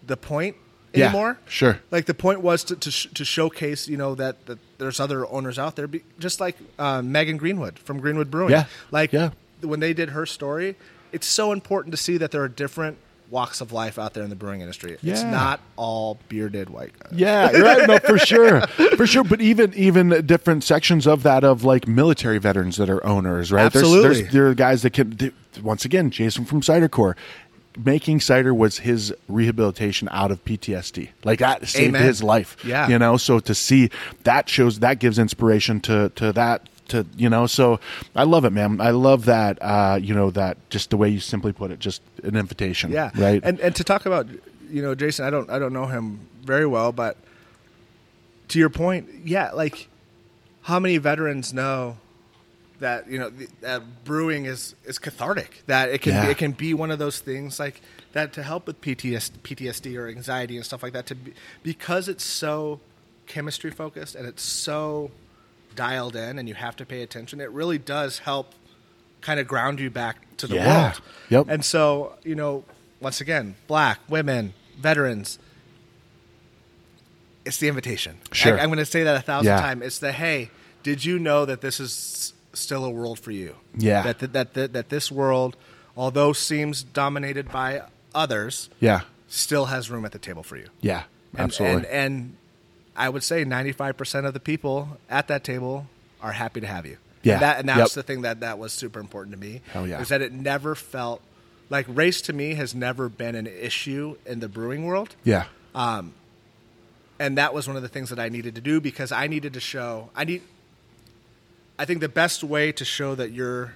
the point
Yeah,
anymore.
sure.
Like the point was to to, sh- to showcase you know that, that there's other owners out there, be, just like uh, Megan Greenwood from Greenwood Brewing.
Yeah.
like
Yeah.
when they did her story, it's so important to see that there are different walks of life out there in the brewing industry. It's
Yeah.
not all bearded white guys.
Yeah, you're right. No, for sure, for sure. But even even different sections of that of like military veterans that are owners, right? There's-
Absolutely.
there's, there are guys that can. th- Once again, Jason from Cider Corps, making cider was his rehabilitation out of PTSD. Like that saved
Amen.
his life.
Yeah.
you know. So to see that shows that gives inspiration to to that. To, you know, so I love it, man. I love that. Uh, you know that just the way you simply put it, just an invitation.
Yeah.
right.
And and to talk about you know Jason, I don't I don't know him very well, but to your point, yeah, like how many veterans know that you know th- that brewing is is cathartic. That it can
Yeah.
it can be one of those things like that to help with PTSD, PTSD or anxiety and stuff like that. To be, because it's so chemistry focused and it's so dialed in, and you have to pay attention. It really does help kind of ground you back to the
Yeah.
world.
Yep.
And so you know, once again, black women, veterans. It's the invitation.
Sure.
I, am going to say that a thousand
Yeah.
times. It's the hey, did you know that this is s- still a world for you?
Yeah.
That th- that that, that this world, although seems dominated by others,
yeah,
still has room at the table for you.
yeah,
And,
absolutely.
And, and I would say 95% of the people at that table are happy to have you.
Yeah.
And, that, and that's
Yep.
the thing that that was super important to me.
Hell yeah.
Is that it never felt like race to me has never been an issue in the brewing world
yeah,
and that was one of the things that I needed to do because I needed to show I need I think the best way to show that you're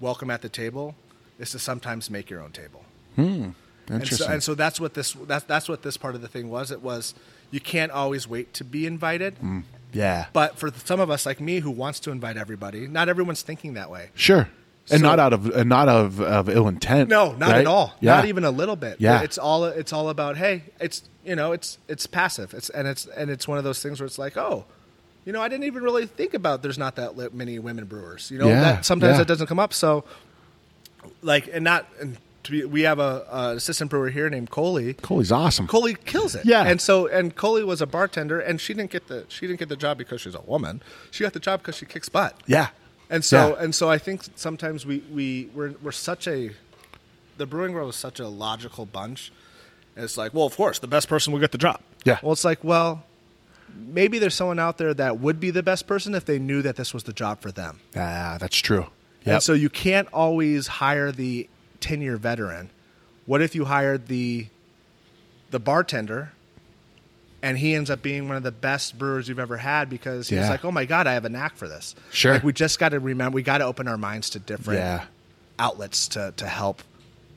welcome at the table is to sometimes make your own table. And
Interesting.
so, and so that's what this that's that's what this part of the thing was. It was you can't always wait to be invited.
Mm. yeah.
But for some of us like me who wants to invite everybody, not everyone's thinking that way.
Sure. And
So-
not out of and not of, of ill intent.
No, not
right?
at all.
Yeah.
Not even a little bit.
Yeah.
It's all it's all about hey, it's you know, it's it's passive. It's and it's and it's one of those things where it's like, "Oh, you know, I didn't even really think about there's not that li- many women brewers." You know,
Yeah,
that sometimes
yeah.
that doesn't come up. So like and not and to be, we have a, a assistant brewer here named Coley.
Coley's awesome.
Coley kills it.
Yeah.
And so and Coley was a bartender and she didn't get the she didn't get the job because she's a woman. She got the job because she kicks butt.
yeah.
And so
Yeah.
and so I think sometimes we we we're we're such a the brewing world is such a logical bunch. And it's like, well, of course, the best person will get the job.
Yeah.
Well, it's like, well, maybe there's someone out there that would be the best person if they knew that this was the job for them.
Ah, that's true.
And so you can't always hire the 10 year veteran. What if you hired the the bartender and he ends up being one of the best brewers you've ever had because he's
Yeah.
like, oh my God, I have a knack for this.
Sure.
Like we just got to remember, we got to open our minds to different
Yeah.
outlets to, to help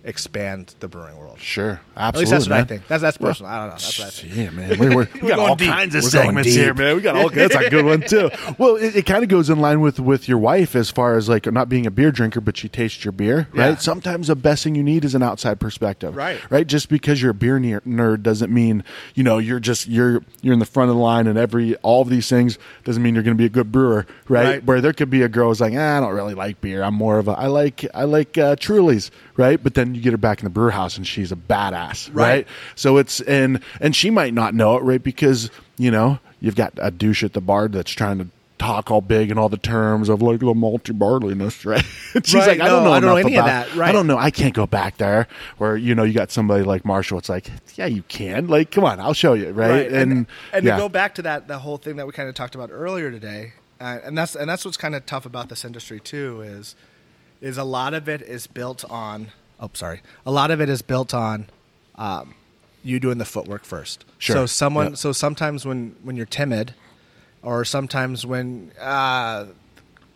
expand the brewing world.
Sure.
At
Absolutely.
least that's what I
man.
think. That's, that's personal. I don't know. That's what I think.
Yeah, man. We're, we're, we
We're
got
going
all
deep.
kinds of
We're going
segments here,
deep.
man. We got all that's a good one too. Well, it, it kind of goes in line with with your wife as far as like not being a beer drinker, but she tastes your beer,
Yeah.
right? Sometimes the best thing you need is an outside perspective,
Right.
Right? Just because you're a beer ner- nerd doesn't mean you know you're just you're you're in the front of the line and every all of these things doesn't mean you're going to be a good brewer, right?
Right.
Where there could be a girl who's like, ah, I don't really like beer. I'm more of a I like I like uh, Trulies, right? But then you get her back in the brew house and she's a badass, right?
Right.
So it's and and she might not know it, right? Because you know you've got a douche at the bar that's trying to talk all big and all the terms of like the multi barliness, right? And She's
Right,
like, I don't
no,
know
I don't know
enough
any of
about-
that, right.
I don't know. I can't go back there. Where you know you got somebody like Marshall. It's like, yeah, you can. Like, come on, I'll show you, right?
right? And and,
yeah.
to go back to that the whole thing that we kind of talked about earlier today, uh, and that's and that's what's kind of tough about this industry too is is a lot of it is built on. Oh, sorry. A lot of it is built on um, you doing the footwork first.
Sure.
So someone.
Yeah.
So sometimes when when you're timid, or sometimes when. Uh,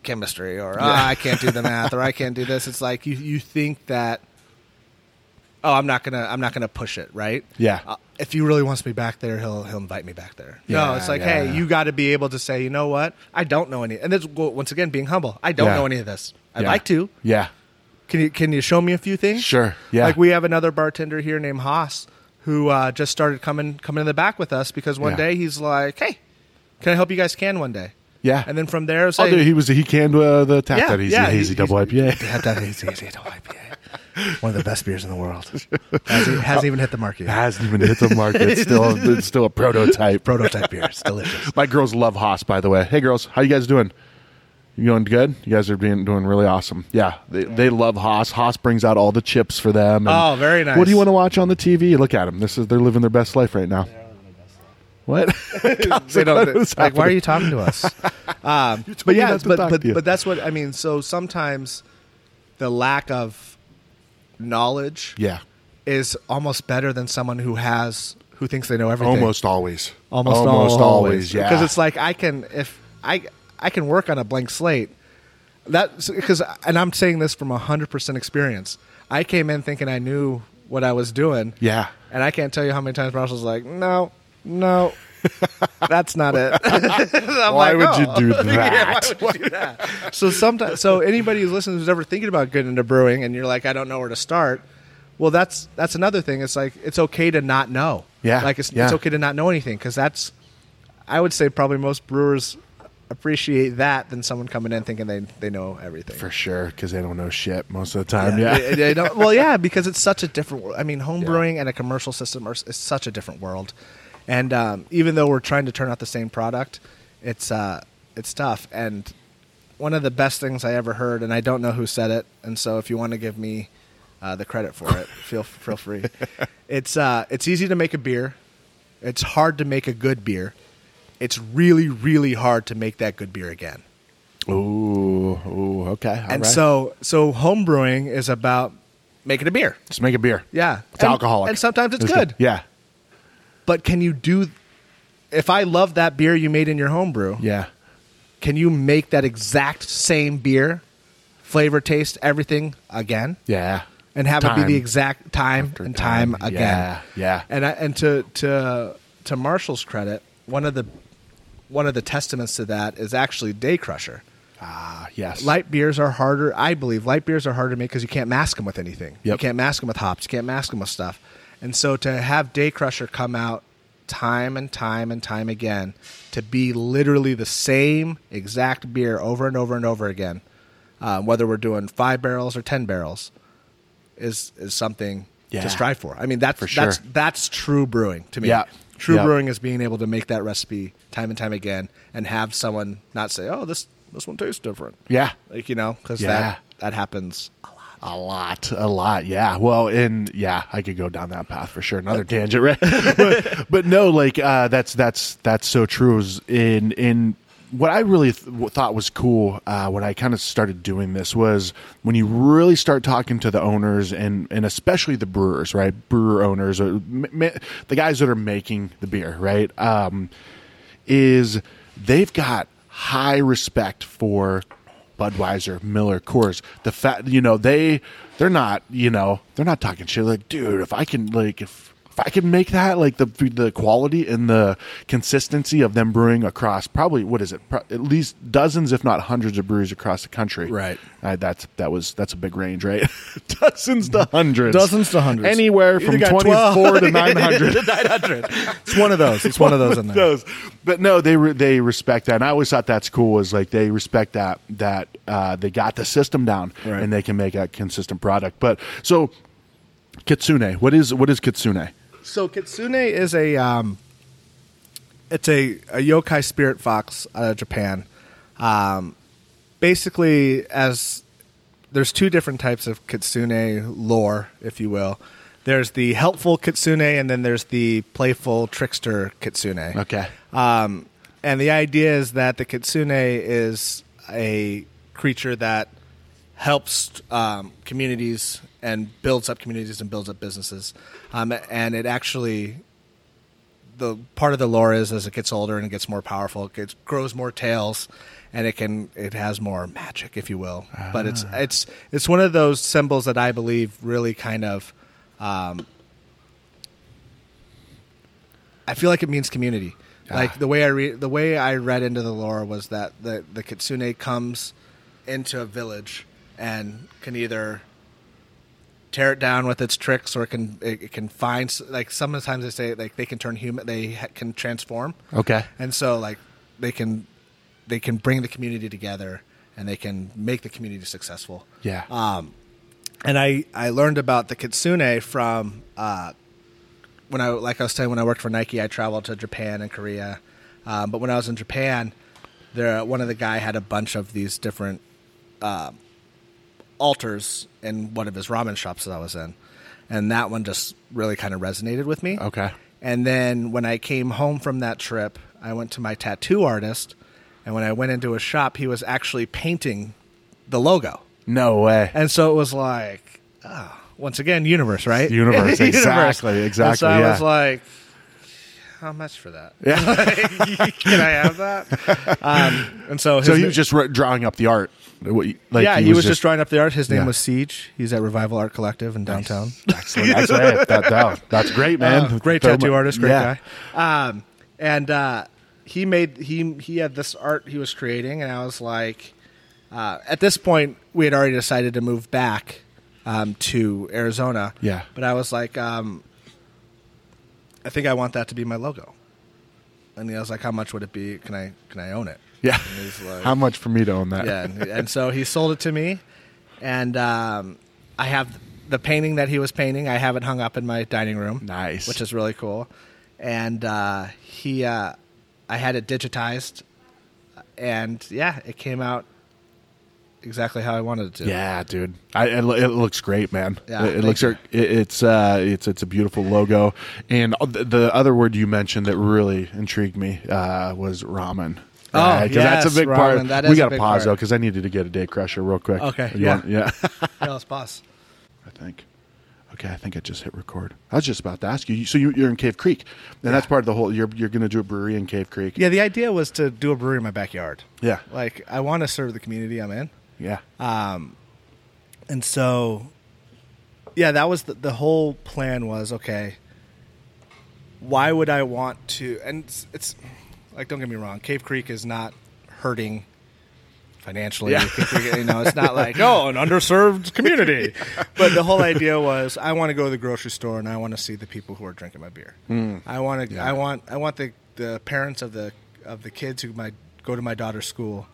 chemistry or ah, i can't do the math or i can't do this it's like you, you think that oh i'm not gonna i'm not gonna push it right
Yeah.
Uh, if he really wants me back there he'll he'll invite me back there no
Yeah,
it's like
yeah.
hey you got to be able to say you know what i don't know any and this well, once again being humble i don't
Yeah.
know any of this i'd
Yeah.
like to
Yeah.
can you can you show me a few things
Sure, yeah.
like we have another bartender here named haas who uh, just started coming coming in the back with us because one
Yeah.
day he's like hey can i help you guys can one day
Yeah.
and then from there it's
Oh,
like,
dude, he was he canned uh, the tap that easy hazy
he-
double
he's-
IPA.
Yeah, that hazy, hazy double IPA. One of the best beers in the world. Hasn't, hasn't even hit the market.
It
yet.
hasn't even hit the market. It's still it's still a prototype.
Prototype beer. It's delicious.
My girls love Haas, by the way. Hey, girls, how you guys doing? You going good? You guys are being doing really awesome. Yeah, they, they love Haas. Haas brings out all the chips for them. and-
Oh, very nice.
What do you want to watch on the TV? Look at them. This is they're living their best life right now. What?
They don't-
What is
like, why are
happening?
you talking to us? Um,
me
but yeah,
not to
but
talk
but,
to you.
but that's what I mean. So sometimes the lack of knowledge
Yeah,
is almost better than someone who has who thinks they know everything.
almost always.
almost,
almost always. Yeah,
because it's like I can if I I can work on a blank slate. That because and I'm saying this from hundred percent experience. I came in thinking I knew what I was doing.
yeah.
and I can't tell you how many times Marshall's like, no, no. That's not it. I'm "Oh."
Why would you do
Yeah, why
that?
would you do that? so sometimes, so anybody who's listening who's ever thinking about getting into brewing, and you're like, I don't know where to start. Well, that's that's another thing. It's like it's okay to not know.
Yeah,
like it's,
yeah.
it's okay to not know anything because that's, I would say probably most brewers appreciate that than someone coming in thinking they they know everything.
For sure, because they don't know shit most of the time. Yeah,
They- they don't- well, yeah, because it's such a different world. I mean, home brewing and a commercial system are, s- is such a different world. And um, even though we're trying to turn out the same product, it's uh, it's tough. And one of the best things I ever heard, and I don't know who said it, and so if you want to give me uh, the credit for it, feel feel free. It's uh, it's easy to make a beer. It's hard to make a good beer. It's really, really hard to make that good beer again.
Ooh, ooh, okay. all
and
right.
so, so home brewing is about making a beer.
just make a beer.
Yeah,
It's
And-
alcoholic.
and sometimes it's good.
Yeah,
But can you do? If I love that beer you made in your homebrew,
yeah.
can you make that exact same beer, flavor, taste, everything again?
Yeah.
and have it
Time.
be the exact time and time,
time.
again.
Yeah, yeah.
And I, and to to to Marshall's credit, one of the one of the testaments to that is actually Day Crusher.
Ah, yes.
Light beers are harder, I believe. Light beers are harder to make because you can't mask them with anything. You
Yep.
can't mask them with hops. You can't mask them with stuff. And so to have Day Crusher come out time and time and time again to be literally the same exact beer over and over and over again, um, whether we're doing five barrels or ten barrels, is is something
Yeah.
to strive for. I mean, that's
For
that's
sure.
that's true brewing to me.
Yeah.
True
Yeah.
brewing is being able to make that recipe time and time again and have someone not say, "Oh, this this one tastes different."
Yeah.
like you know, because
Yeah.
that that happens.
A lot, a lot, yeah. Well, and yeah, I could go down that path for sure. Another tangent, right? but, but no, like uh, that's that's that's so true. Is in in what I really th- w- thought was cool uh, when I kind of started doing this was when you really start talking to the owners and and especially the brewers, right? Brewer owners, or m- m- the guys that are making the beer, right? Um, is they've got high respect for Budweiser, Miller, Coors. The fact you know they they're not you know they're not talking shit like dude if I can like if if I can make that like the the quality and the consistency of them brewing across probably what is it pro- at least dozens if not hundreds of breweries across the country
Right.
Uh, that's that was that's a big range right dozens to hundreds
Dozens to hundreds.
anywhere
You
from
got
24
12.
to 900
Nine hundred. It's one of those. It's one of those in there.
those. But no, they re- they respect that, and I always thought that's cool. Was like they respect that that uh, they got the system down,
Right.
and they can make a consistent product. But so kitsune, what is what is kitsune?
So kitsune is a um, it's a, a yokai spirit fox out of Japan. Um, basically, as there's two different types of kitsune lore, if you will. There's the helpful kitsune, and then there's the playful trickster kitsune.
Okay,
Um, and the idea is that the kitsune is a creature that helps um, communities and builds up communities and builds up businesses. Um, and it actually, the part of the lore is as it gets older and it gets more powerful, it gets, grows more tails, and it can it has more magic, if you will. But it's it's it's one of those symbols that I believe really kind of. Um, I feel like it means community.
Ah.
Like the way I read the way I read into the lore was that the the kitsune comes into a village and can either tear it down with its tricks or it can it, it can find s- like sometimes they say like they can turn human they ha- can transform.
okay,
And so like they can they can bring the community together and they can make the community successful
yeah,
and I, I learned about the kitsune from uh, when I like I was saying when I worked for Nike, I traveled to Japan and Korea. Um, but when I was in Japan, there one of the guy had a bunch of these different um, altars in one of his ramen shops that I was in, and that one just really kind of resonated with me.
Okay.
And then when I came home from that trip, I went to my tattoo artist, and when I went into his shop, he was actually painting the logo.
no way.
And so it was like, oh, once again, universe, right?
Universe, exactly,
And
exactly,
so I
yeah.
was like, how much for that? Yeah. Can I have that? Um, and so, his
so he
na-
was just re- drawing up the art. What you- Like
yeah, he was, just, drawing up the art. His name
Yeah.
was Siege. He's at Revival Art Collective in downtown.
Excellent, excellent. That- that- that's great, man.
Uh, great
Throw
tattoo
my-
artist, great
yeah.
guy. Um, and uh, he made he he had this art he was creating, and I was like, uh, at this point, we had already decided to move back um, to Arizona.
Yeah.
but I was like, um, I think I want that to be my logo. And I was like, how much would it be? Can I can I own it?
Yeah.
And he's like,
How much for me to own that?
yeah, and, and so he sold it to me, and um, I have the painting that he was painting. I have it hung up in my dining room.
Nice.
which is really cool. And uh, he, uh, I had it digitized, and yeah, it came out exactly how I wanted it to.
Yeah, dude. I, it, lo- it looks great, man.
Yeah,
it, it
thank
looks. er,
you.
It, it's uh, it's it's a beautiful logo. And the, the other word you mentioned that really intrigued me uh, was ramen.
Oh,
Right? that's
yes,
a big part.
ramen. That
we
is a
gotta
big
pause
part.
though because I needed to get a day crusher real quick.
Okay,
You
yeah.
want- yeah.
Dallas boss.
I think. Okay, I think I just hit record. I was just about to ask you. So you, you're in Cave Creek, and that's part of the whole. You're you're going to do a brewery in Cave Creek.
Yeah, the idea was to do a brewery in my backyard.
Yeah.
Like, I want to serve the community I'm in.
yeah.
Uh, And so, yeah, that was the, the whole plan was okay, why would I want to? And it's, it's like, don't get me wrong, Cave Creek is not hurting financially.
Yeah.
Cave Creek, you know, it's not like, oh, an underserved community. But the whole idea was I want to go to the grocery store and I want to see the people who are drinking my beer.
Hmm.
I want to, I want, I want the, the parents of the, of the kids who my, go to my daughter's school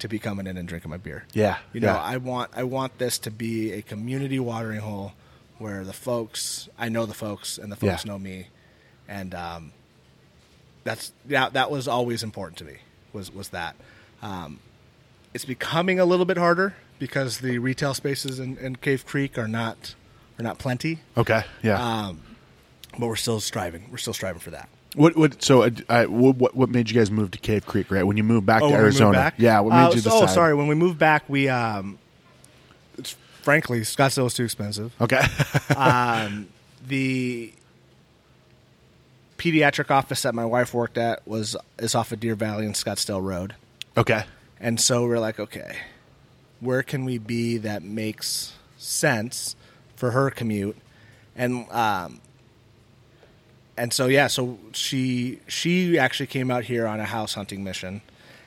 to be coming in and drinking my beer.
Yeah,
You know,
yeah.
I want I want this to be a community watering hole where the folks I know the folks and the folks
Yeah.
know me, and um, that's that that was always important to me was was that. Um, it's becoming a little bit harder because the retail spaces in, in Cave Creek are not are not plenty,
okay.
Uh,
Yeah.
but we're still striving. We're still striving for that.
what what so uh, I, what what- what made you guys move to Cave Creek? Right when you moved back
Oh,
to
when we moved
Arizona.
back?
Yeah. What
Uh,
made you
so-
decide?
Oh, sorry. When we moved back, we um, it's, frankly Scottsdale was too expensive.
Okay.
um, the pediatric office that my wife worked at was is off of Deer Valley and Scottsdale Road,
okay.
and so we're like, okay, where can we be that makes sense for her commute, and um, and so yeah, so she she actually came out here on a house hunting mission,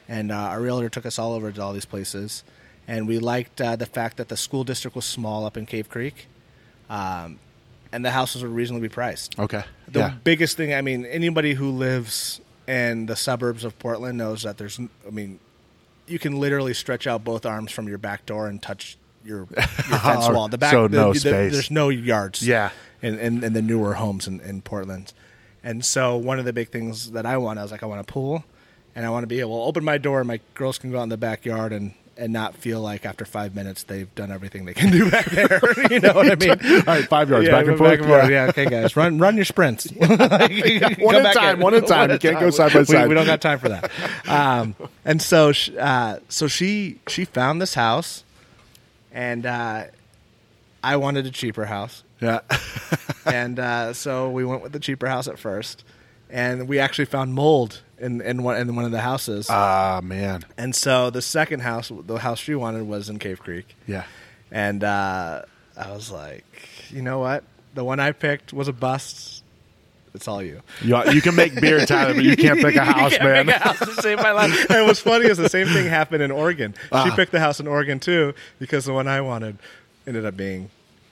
and uh, our realtor took us all over to all these places, and we liked uh, the fact that the school district was small up in Cave Creek, um, and the houses were reasonably priced.
Okay.
The
yeah.
biggest thing, I mean, anybody who lives in the suburbs of Portland knows that there's, I mean, you can literally stretch out both arms from your back door and touch your, your fence wall. The back,
So
the,
no
the-
space.
there's no yards.
Yeah.
In, in, in the newer homes in, in Portland. And so one of the big things that I want, I was like, I want a pool and I want to be able to open my door and my girls can go out in the backyard and, and not feel like after five minutes they've done everything they can do back there. you know what I mean?
All right, five yards
Yeah,
back and
we're
forth.
forth, Yeah. okay, guys, run run your sprints. Like,
One
come
at a
back
time,
in.
one at a time. You can't go side by
We-
side.
We don't got time for that. Um, and so, sh- uh, so she she found this house, and uh, I wanted a cheaper house,
Yeah.
and uh, so we went with the cheaper house at first, and we actually found mold in in one in one of the houses,
Ah man.
and so the second house, the house she wanted was in Cave Creek.
Yeah.
And uh, I was like, you know what? The one I picked was a bust. It's all you.
You, you can make beer, Tyler, but you can't pick a house,
can't
man.
pick a house to save my life. and what's funny is the same thing happened in Oregon.
Ah.
She picked the house in Oregon too because the one I wanted ended up being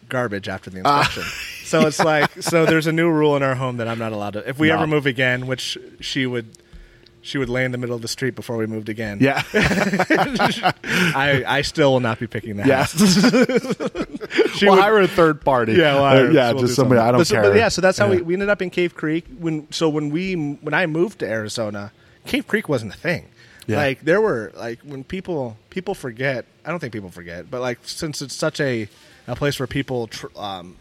garbage after the
Ah.
inspection. so it's like so there's a new rule in our home that I'm not allowed to if we
No.
ever move again, which she would she would lay in the middle of the street before we moved again.
Yeah.
I, I still will not be picking that
Yeah.
house. She
well,
would-
hire a third party.
yeah, well,
Uh,
I-
yeah,
so we'll do
just somebody.
something.
I don't
But so-
care.
but yeah, so that's how
Yeah.
we, we ended up in Cave Creek. When so when we when I moved to Arizona, Cave Creek wasn't a thing.
Yeah.
Like there were like when people people forget. I don't think people forget, but like since it's such a a place where people tr- um,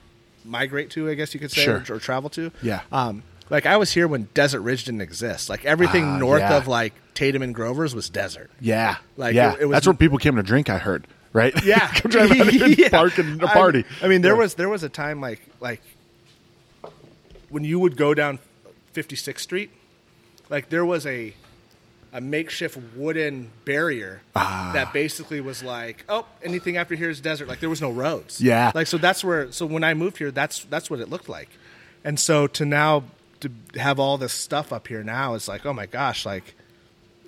migrate to, I guess you could say,
Sure.
or, or travel to.
Yeah.
Um, like I was here when Desert Ridge didn't exist. Like everything
Ah,
north
yeah.
of like Tatum and Grover's was desert.
Yeah,
Like,
yeah.
it- it was-
that's where people came to drink. I heard, right?
Yeah,
come drive out here and
Yeah.
park and a
I-
party.
I, mean, there
Yeah.
was there was a time like like when you would go down 56th Street, like there was a a makeshift wooden barrier
Ah.
that basically was like, oh, anything after here is desert. Like there was no roads.
Yeah.
Like so that's where so when I moved here, that's that's what it looked like, and so to now to have all this stuff up here now, it's like, oh my gosh, like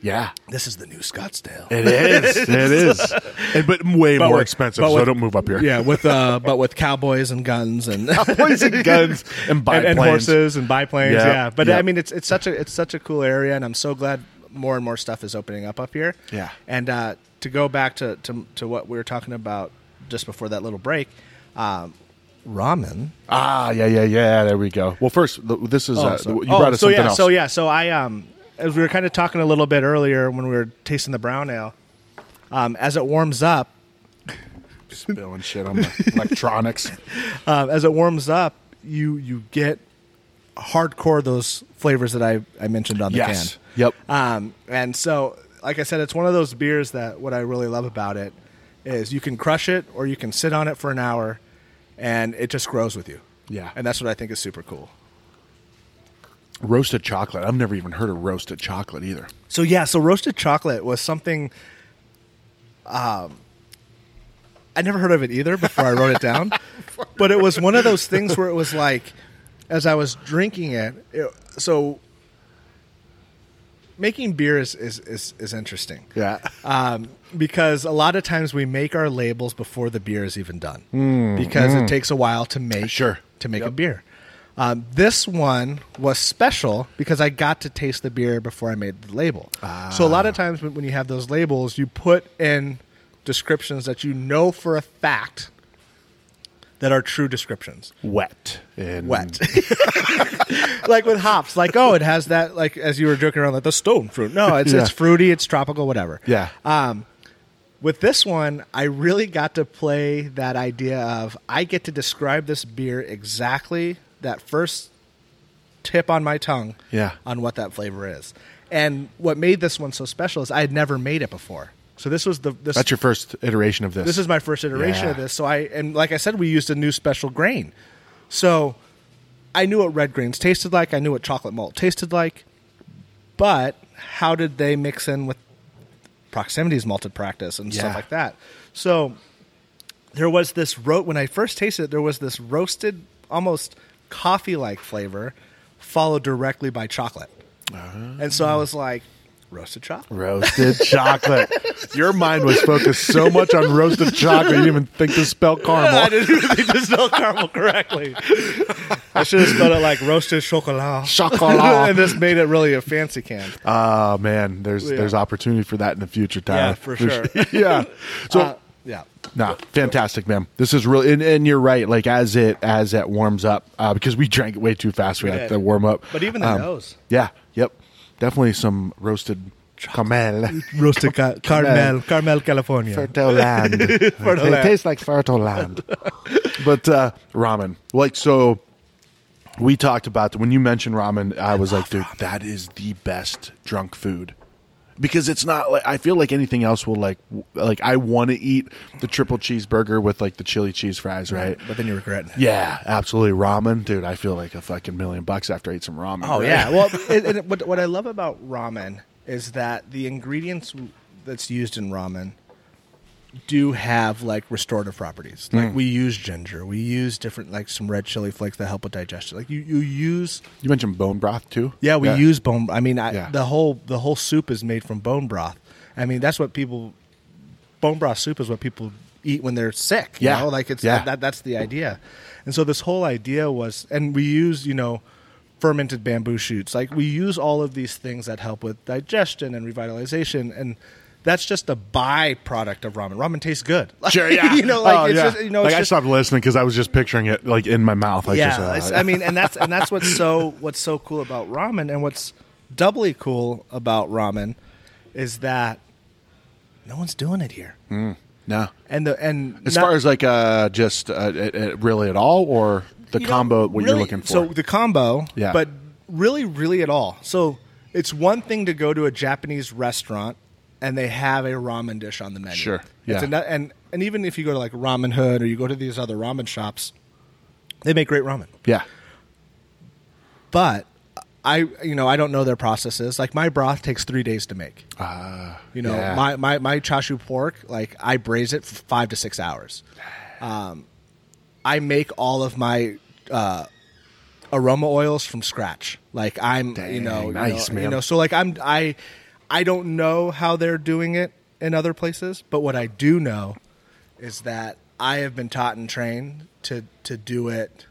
yeah.
this is the new Scottsdale.
It is. It is. And, but way more
with-
expensive,
but
so
with-
don't move up here.
Yeah, with uh, but with cowboys and guns and
poison guns and
and,
biplanes.
and horses and biplanes.
Yeah.
Yeah, but
Yeah.
I mean, it's it's such a it's such a cool area, and I'm so glad more and more stuff is opening up up here.
Yeah.
and uh, to go back to, to to what we were talking about just before that little break, um, ramen.
Ah, yeah, yeah, yeah. There we go. Well, first, th- this is uh,
Oh, so-
you brought us
so
something
yeah,
else.
So yeah, so I um, as we were kind of talking a little bit earlier when we were tasting the brown ale, um, as it warms up,
Spilling shit on my electronics.
um, as it warms up, you you get hardcore those flavors that I, I mentioned on the
Yes.
can.
Yep.
Um, and so, like I said, it's one of those beers that what I really love about it is you can crush it or you can sit on it for an hour and it just grows with you.
Yeah.
and that's what I think is super cool.
Roasted chocolate. I've never even heard of roasted chocolate either.
So yeah, so roasted chocolate was something. Um, I never heard of it either before I wrote it down, but it was one of those things where it was like, as I was drinking it, it so making beer is is is, is interesting
Yeah.
um, because a lot of times we make our labels before the beer is even done because it takes a while to make
Hmm. Sure.
to make a beer. Um, this one was special because I got to taste the beer before I made the label. So a lot
Ah.
of times when when you have those labels, you put in descriptions that you know for a fact that are true descriptions
Wet and
wet. like with hops, like oh, it has that like as you were joking around like the stone fruit. No, it's
Yeah.
it's fruity, it's tropical, whatever.
Yeah.
Um, with this one, I really got to play that idea of I get to describe this beer exactly that first tip on my tongue.
Yeah.
On what that flavor is, and what made this one so special is I had never made it before. So this was the this
That's your first iteration of this.
this is my first iteration of
Yeah.
this. So I and like I said, we used a new special grain. So I knew what red grains tasted like. I knew what chocolate malt tasted like. But how did they mix in with proximities malted practice and
Yeah.
stuff like that? So there was this ro- when I first tasted it, there was this roasted, almost coffee-like flavor, followed directly by chocolate.
Ah.
And so I was like, roasted chocolate.
roasted chocolate. Your mind was focused so much on roasted chocolate, you didn't even think to spell caramel.
I didn't really just spell caramel correctly. I should have spelled it like roasted chocolat.
Chocolat.
and this made it really a fancy can.
Oh man, there's
Yeah.
there's opportunity for that in the future, Tyler.
Yeah, for sure.
yeah. So
Uh, yeah.
nah, fantastic, man. This is really, and, and you're right. Like as it as it warms up, uh, because we drank it way too fast. We had
did.
to warm up.
But even the nose.
Yeah. Yep. Definitely some roasted caramel.
Roasted ca-
Carmel-
Carmel, California.
Fertoland.
Fertoland.
It tastes like Fertoland. but uh, ramen, like so. We talked about that when you mentioned ramen. I, was like, dude, that is the best drunk food because it's not like I feel like anything else will like w- like I want to eat the triple cheeseburger with like the chili cheese fries, right?
But then you regret it.
Yeah, absolutely. Ramen, dude. I feel like a fucking million bucks after I eat some ramen.
Oh
right?
yeah. Well, and, and what, what I love about ramen is that the ingredients that's used in ramen do have like restorative properties. Like we use ginger, we use different like some red chili flakes that help with digestion. Like you, you use
You mentioned bone broth too.
Yeah, we use bone. I mean, I,
Yeah.
the whole the whole soup is made from bone broth. I mean, that's what people bone broth soup is what people eat when they're sick. You
Yeah.
know? like it's
Yeah.
that that's the idea. And so this whole idea was, and we use you know fermented bamboo shoots. Like we use all of these things that help with digestion and revitalization and. That's just a byproduct of ramen. Ramen tastes good.
Sure, yeah.
you know, like
Oh,
it's
yeah.
just you know,
like
it's
I
just,
stopped listening because I was just picturing it like in my mouth. I
yeah,
just, uh,
it's- I mean, and that's and that's what's so what's so cool about ramen, and what's doubly cool about ramen is that no one's doing it here,
no.
and the and
Hmm. As
not-
far as like uh, just uh, it, it really at all, or the
you know,
combo what you're
really-
looking for.
So the combo,
Yeah.
but really, really at all. So it's one thing to go to a Japanese restaurant and they have a ramen dish on the menu.
Sure.
It's
Yeah.
ano- and and even if you go to like Ramen Hood or you go to these other ramen shops, they make great ramen.
yeah,
but I you know I don't know their processes. Like my broth takes three days to make. you know
Uh, yeah.
my, my my chashu pork like I braise it for five to six hours. Um, I make all of my uh, aroma oils from scratch. Like I'm you
Dang,
know you
nice,
know,
man.
you know so like I'm I I don't know how they're doing it in other places, but what I do know is that I have been taught and trained to to do it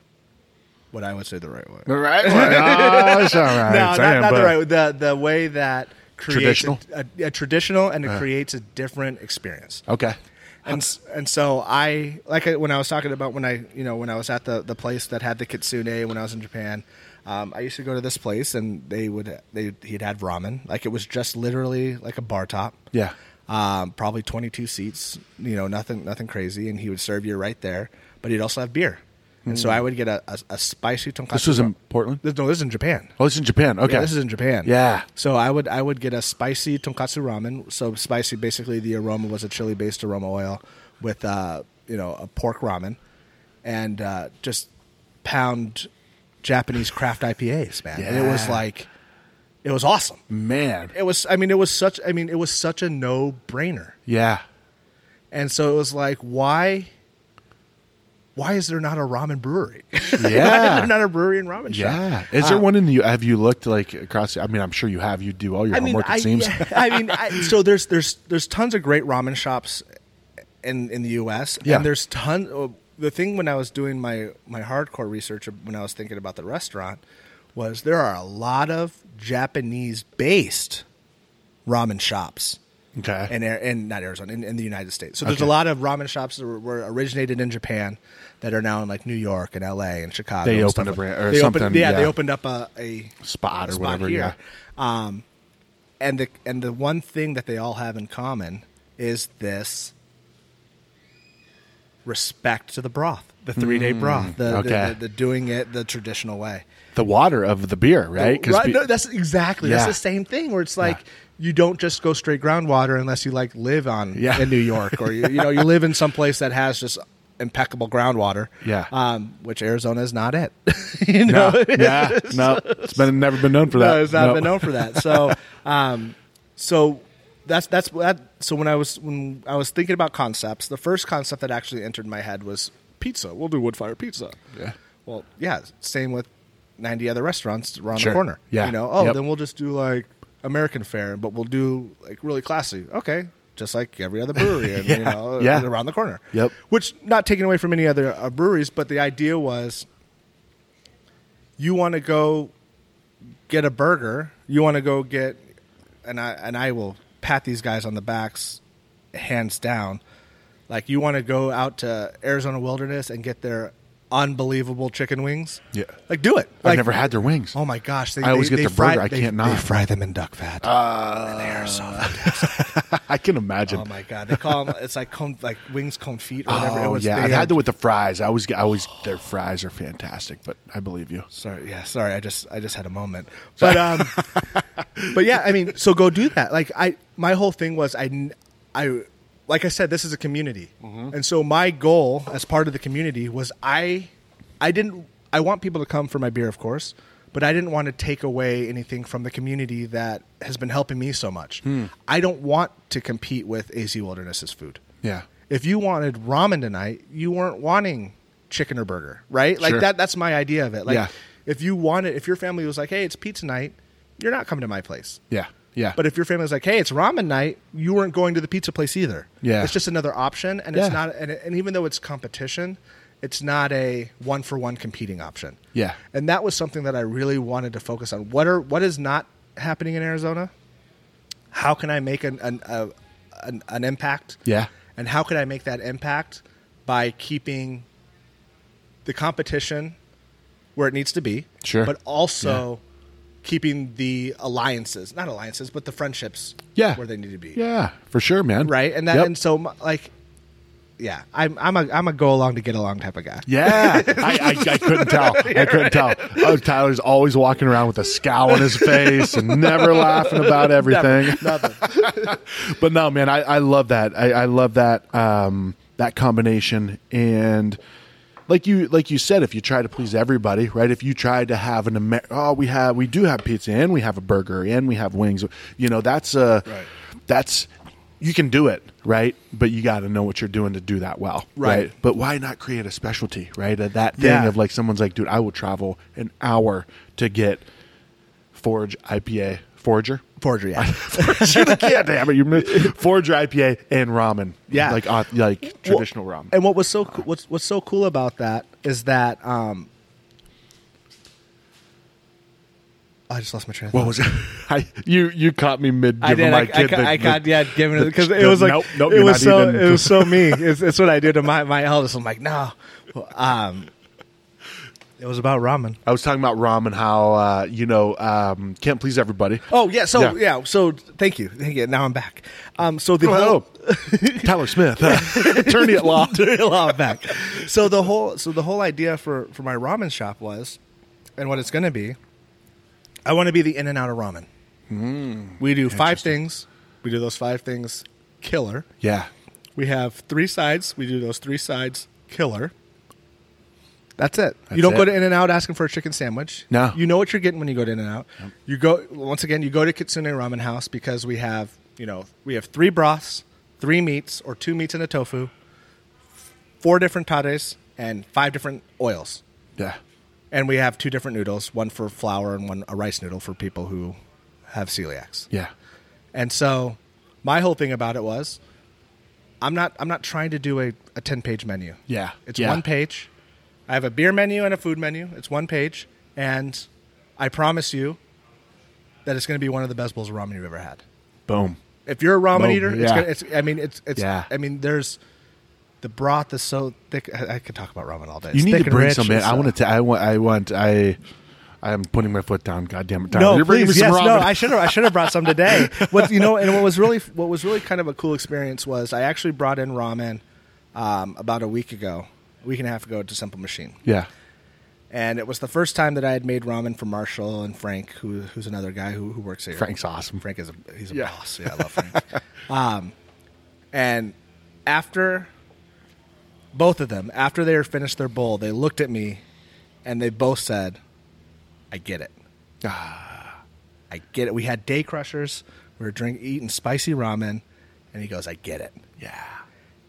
what I would say the right way
the right one. Oh, it's all right. Damn,
no, not, not the
but-
right. The the way that creates a-
Traditional? Uh-huh.
a, a traditional, and it creates a different experience.
Okay.
And s- and so I like I, when I was talking about when I you know when I was at the the place that had the kitsune when I was in Japan. Um, I used to go to this place, and they would they he'd had ramen. Like it was just literally like a bar top.
Yeah.
Um, probably 22 seats, you know, nothing, nothing crazy. And he would serve you right there, but he'd also have beer. And so I would get a, a, a spicy tonkatsu.
Hmm. This was in Portland.
This- no, this is in Japan.
Oh, it's in Japan. Okay.
Yeah, this is in Japan.
Yeah.
So I would I would get a spicy tonkatsu ramen. So spicy, basically, the aroma was a chili based aroma oil with uh, you know a pork ramen, and uh, just pound Japanese craft IPAs, man. And it was
Yeah.
like, it was awesome.
Man.
It was. I mean, it was such. I mean, it was such a no brainer.
Yeah.
And so it was like, why? Why is there not a ramen brewery? why is
Yeah.
there not a brewery and ramen shop?
Yeah. Is
Uh,
there one in the have you looked like across I mean I'm sure you have you do all your
I mean,
homework
I,
it seems.
yeah, I mean, I, so there's there's there's tons of great ramen shops in in the U.S.
Yeah.
And there's ton. uh, The thing when I was doing my my hardcore research when I was thinking about the restaurant was there are a lot of Japanese based ramen shops
Okay.
and and not Arizona in, in the United States. So there's
Okay.
a lot of ramen shops that were, were originated in Japan that are now in like New York and L.A. and Chicago.
They
and
opened
stuff
a
like-
brand- or
they opened-
something,
yeah, they
yeah.
opened up a, a
Spot or
spot
whatever,
Here. Um, and the and the one thing that they all have in common is this respect to the broth, the three day broth, the, the-
Mm, okay.
the, the doing it the traditional way.
the water of the beer, right? 'Cause
Right,
be-
no, that's exactly
Yeah.
that's the same thing where it's like you don't just go straight groundwater unless you like live on
Yeah.
in New York or you, you know you live in some place that has just impeccable groundwater.
Yeah.
um, which Arizona is not it. you know,
no, yeah, no, it's been never been known for that.
no, it's not
No.
been known for that. So, um, so that's that's that. So when I was when I was thinking about concepts, the first concept that actually entered my head was pizza. We'll do wood fire pizza.
Yeah.
Well, yeah. Same with ninety other restaurants around
Sure.
the corner.
Yeah.
You know. Oh,
Yep.
then we'll just do like American fare, but we'll do like really classy. Okay. Just like every other brewery, and, you
Yeah.
know, uh,
Yeah.
around the corner.
Yep.
Which, not taken away from any other uh, breweries, but the idea was, you want to go get a burger, you want to go get, and I and I will pat these guys on the backs, hands down. Like you want to go out to Arizona wilderness and get their unbelievable chicken wings.
Yeah.
like do it.
I've
Like,
never had their wings.
Oh my gosh! They,
I always
they-
get
they
the burger,
fry-
I
they-
can't
They
not. Uh,
fry them in duck fat. And they are so fantastic.
I can imagine.
Oh my god! They call them. It's like con, like wings confit or whatever. it
Oh,
was
yeah,
they
I've
are
had the with the fries. I always, get- I always, their fries are fantastic. But I believe you.
Sorry, yeah, sorry. I just I just had a moment, but um, but yeah, I mean, so go do that. Like I, my whole thing was I, n- I, like I said, this is a community, and so my goal as part of the community was I, I didn't. I want people to come for my beer, of course, but I didn't want to take away anything from the community that has been helping me so much. I don't want to compete with AZ Wilderness's food
Yeah,
if you wanted ramen tonight, you weren't wanting chicken or burger, right? Like
Sure.
that that's my idea of it. Like
Yeah.
if you wanted if your family was like, "Hey, it's pizza night," you're not coming to my place.
yeah, yeah.
But if your family was like, "Hey, it's ramen night," you weren't going to the pizza place either.
Yeah.
It's just another option and
Yeah.
it's not and, and even though it's competition, it's not a one for one competing option.
Yeah.
And that was something that I really wanted to focus on. What are what is not happening in Arizona? How can I make an an, a, an, an impact?
Yeah.
and how could I make that impact by keeping the competition where it needs to be,
Sure.
but also keeping the alliances, not alliances, but the friendships,
yeah,
where they need to be,
Yeah, for sure, man.
right? And that,
Yep.
and so my- like, yeah, I'm I'm a I'm a go along to get along type of guy.
yeah, I, I, I couldn't tell. I couldn't tell. Oh, Tyler's always walking around with a scowl on his face and never laughing about everything.
Nothing.
but no, man, I, I love that. I, I love that um, that combination. And like you like you said, if you try to please everybody, right? If you tried to have an Amer- oh, we have we do have pizza and we have a burger and we have wings. You know, that's uh,
Right.
that's you can do it, right? But you got to know what you're doing to do that well,
Right.
But why not create a specialty, right? Uh, That thing
Yeah.
of like someone's like, dude, I will travel an hour to get forge IPA forager
Forgery. Yeah.
Forger the can, damn it! You missed- Forger IPA and ramen.
Yeah.
like uh, like traditional
Well,
ramen.
And what was so
Uh.
coo- what's what's so cool about that is that um, I just lost my train. Of thought.
What was it? I, you you caught me mid
I
giving
did.
my
I,
kid
I,
the,
I
the-
got yeah, giving it
the-
because it
the-
was like
nope, nope,
it
you're
was
not
so
even-
it was so me. It's, it's what I did to my my eldest. I'm like, no, Well, um, it was about ramen.
I was talking about ramen. How uh, you know um, can't please everybody.
Oh yeah, so
Yeah. Oh,
yeah, so thank you, thank you. Now I'm back. Um, so the
Hello.
whole oh.
Tyler Smith, uh, attorney at law.
Doing a lot back. So the whole so the whole idea for for my ramen shop was, and what it's going to be, I want to be the in and out of ramen.
Hmm.
we do five things. We do those five things. Killer.
Yeah,
We have three sides. We do those three sides. Killer. That's it.
That's
you don't go
it.
to In and Out asking for a chicken sandwich.
No.
You know what you're getting when you go to In and Out. You go once again, you go to Kitsune Ramen House because we have, you know, we have three broths, three meats, or two meats and a tofu, four different tares, and five different oils.
Yeah.
And we have two different noodles, one for flour and one a rice noodle for people who have celiacs.
Yeah.
And so my whole thing about it was I'm not I'm not trying to do a, a ten page menu.
Yeah.
It's
Yeah.
one page. I have a beer menu and a food menu. It's one page. And I promise you that it's gonna be one of the best bowls of ramen you've ever had.
Boom.
If you're a ramen
Boom,
eater, it's,
yeah.
gonna, it's I mean it's it's
Yeah.
I mean there's the broth is so thick. I, I could talk about ramen all day.
You
It's
need
thick
to
and
bring
rich
some
and
in. I
so-
want to. I want. I want. I. I am putting my foot down. God damn it, Tyler.
No,
You're bringing me
please,
some
yes,
ramen.
no. I should have. I should have brought some today. What you know, and what was really, what was really kind of a cool experience was I actually brought in ramen um, about a week ago, a week and a half ago to Simple Machine,
yeah.
and it was the first time that I had made ramen for Marshall and Frank, who, who's another guy who, who works here.
Frank's awesome.
Frank is a he's a
Yeah.
boss. Yeah, I love Frank. um, and after both of them, after they were finished their bowl, they looked at me, and they both said, "I get it."
Ah.
I get it. We had day crushers. We were drink eating spicy ramen, and he goes, "I get it."
Yeah.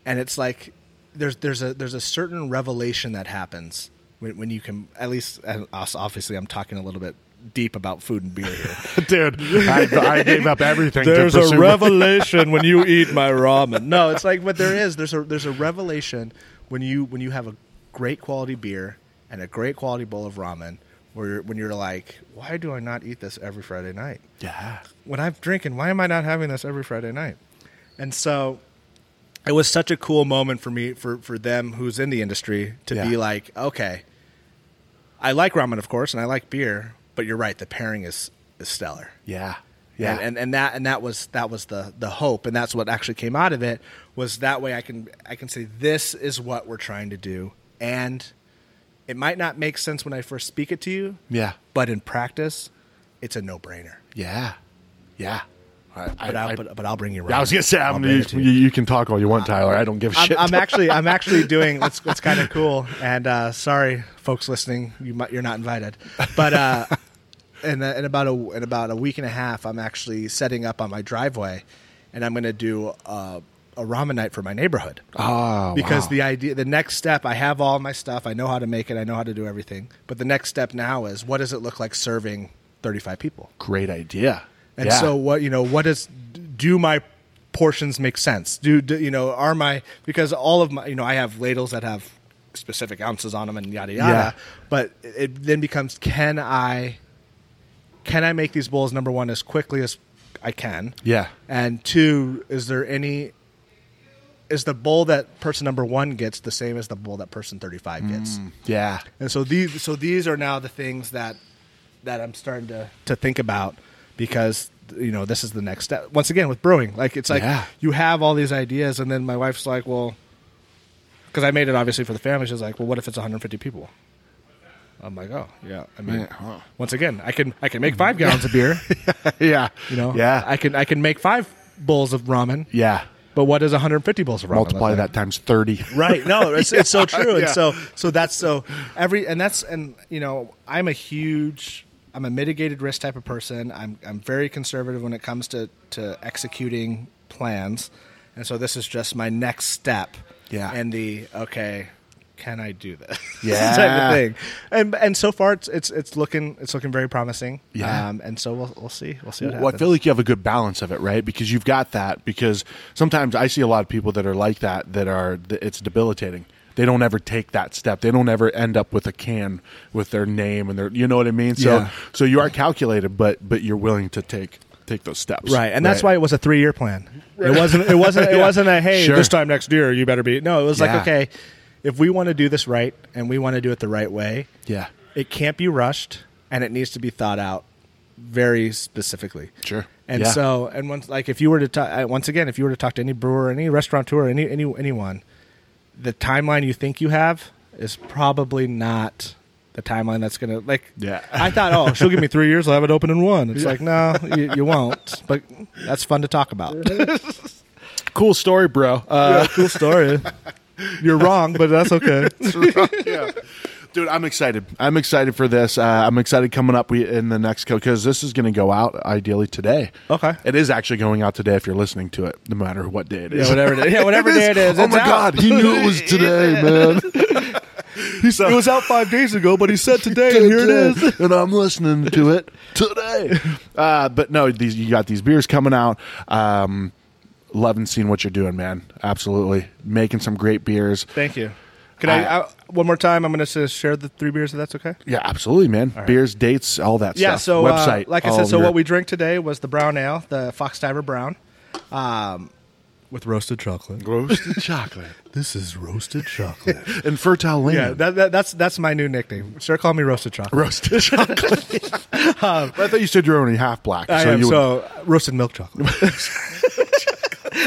And it's like there's there's a there's a certain revelation that happens when, when you can at least and us- obviously I'm talking a little bit deep about food and beer here.
Dude, I, I gave up everything. to pursue-
revelation when you eat my ramen. No, it's like but there is there's a there's a revelation when you when you have a great quality beer and a great quality bowl of ramen where you're, when you're like, why do I not eat this every Friday night?
Yeah.
when I'm drinking, why am I not having this every Friday night? And so it was such a cool moment for me, for, for them who's in the industry to
Yeah.
be like, okay, I like ramen, of course, and I like beer, but you're right. The pairing is, is stellar.
Yeah. Yeah.
Yeah. And, and, and that, and that was, that was the, the hope. And that's what actually came out of it was that way I can, I can say, this is what we're trying to do. And it might not make sense when I first speak it to you,
yeah.
but in practice, it's a no brainer.
Yeah. Yeah. I,
But, I, will but, but I'll bring you. Ramen.
I was gonna say,
I'll
I'm,
bring
you,
it to
you, you can talk all you want, Tyler. I don't give a
I'm,
shit.
I'm actually I'm actually doing what's what's kind of cool. And uh, sorry, folks listening, you might, you're not invited. But uh, in, a, in about a in about a week and a half, I'm actually setting up on my driveway, and I'm going to do uh, a ramen night for my neighborhood.
Oh,
because
wow.
the idea, the next step, I have all my stuff. I know how to make it. I know how to do everything. But the next step now is what does it look like serving 35 people?
great idea.
And
Yeah.
so what you know, what does do my portions make sense? Do, do you know are my because all of my you know I have ladles that have specific ounces on them and yada yada.
Yeah.
But it- it then becomes can I can I make these bowls number one as quickly as I can?
yeah,
And two, is there any is the bowl that person number one gets the same as the bowl that person thirty five gets?
Mm. yeah,
And so these so these are now the things that that I'm starting to to think about because you know this is the next step. Once again with brewing, like it's like
Yeah.
you have all these ideas, and then my wife's like, "Well," because I made it obviously for the family. She's like, "Well, what if it's 150 people?" I'm like, "Oh, yeah." I mean,
Yeah, huh.
once again, I can I can make five gallons of beer.
yeah.
You know,
yeah,
I can I can make five bowls of ramen.
yeah.
But what is 150 bowls of ramen? look
Multiply
like?
that times thirty.
Right. No, it's, it's so true. And
Yeah.
so, so that's so every, and that's, and you know, I'm a huge, I'm a mitigated risk type of person. I'm, I'm very conservative when it comes to, to executing plans. And so this is just my next step.
Yeah.
And the, okay, can I do this?
Yeah.
type of thing. And, and so far it's, it's, it's looking, it's looking very promising.
Yeah.
Um, and so we'll, we'll see. We'll see what
Well, I
happens.
feel like you have a good balance of it, right? Because you've got that. Because sometimes I see a lot of people that are like that. That are th- it's debilitating. They don't ever take that step. They don't ever end up with a can with their name and their. You know what I mean? So
Yeah.
so you are calculated, but but you're willing to take take those steps.
Right, and that's why it was a three-year plan. It wasn't. It wasn't. It
Yeah.
wasn't a hey,
Sure.
this time next year you better be. No, it was
Yeah.
like okay, if we want to do this right and we want to do it the right way,
Yeah.
it can't be rushed and it needs to be thought out very specifically.
Sure.
And
Yeah.
so, and once like if you were to talk, uh, once again, if you were to talk to any brewer, any restaurateur, any any anyone, the timeline you think you have is probably not the timeline that's gonna like.
Yeah.
I thought, oh, she'll give me three years, I'll have it open in one. It's like, no, you, you won't. But that's fun to talk about.
Cool story, bro. Uh,
cool story. You're wrong, but that's okay.
yeah. Dude, I'm excited. I'm excited for this. Uh, I'm excited coming up we, in the next because this is going to go out ideally today.
Okay.
It is actually going out today if you're listening to it, no matter what day it is.
Yeah, whatever day- yeah, whatever day it is,
Oh
it's
my
out.
God, he knew it was today, man. He said,
It was out five days ago, but he said today, and here it is.
and I'm listening to it today. Uh, but no, these you got these beers coming out. Um, loving seeing what you're doing, man. Absolutely, making some great beers.
Thank you. Can I,
Uh,
I one more time? I'm going to share the three beers if that's okay.
Yeah, absolutely, man. Beers, dates, all that
Yeah.
stuff.
So uh,
website,
like I
all
said, so
your-
what we drank today was the brown ale, the Fox Diver Brown, um, with roasted chocolate.
roasted chocolate
This is roasted chocolate.
and fertile land.
yeah, that, that, that's that's my new nickname. Sir, call me roasted chocolate.
roasted chocolate. I thought you said you were only half black.
I
so
am
you would-
so uh, roasted milk chocolate.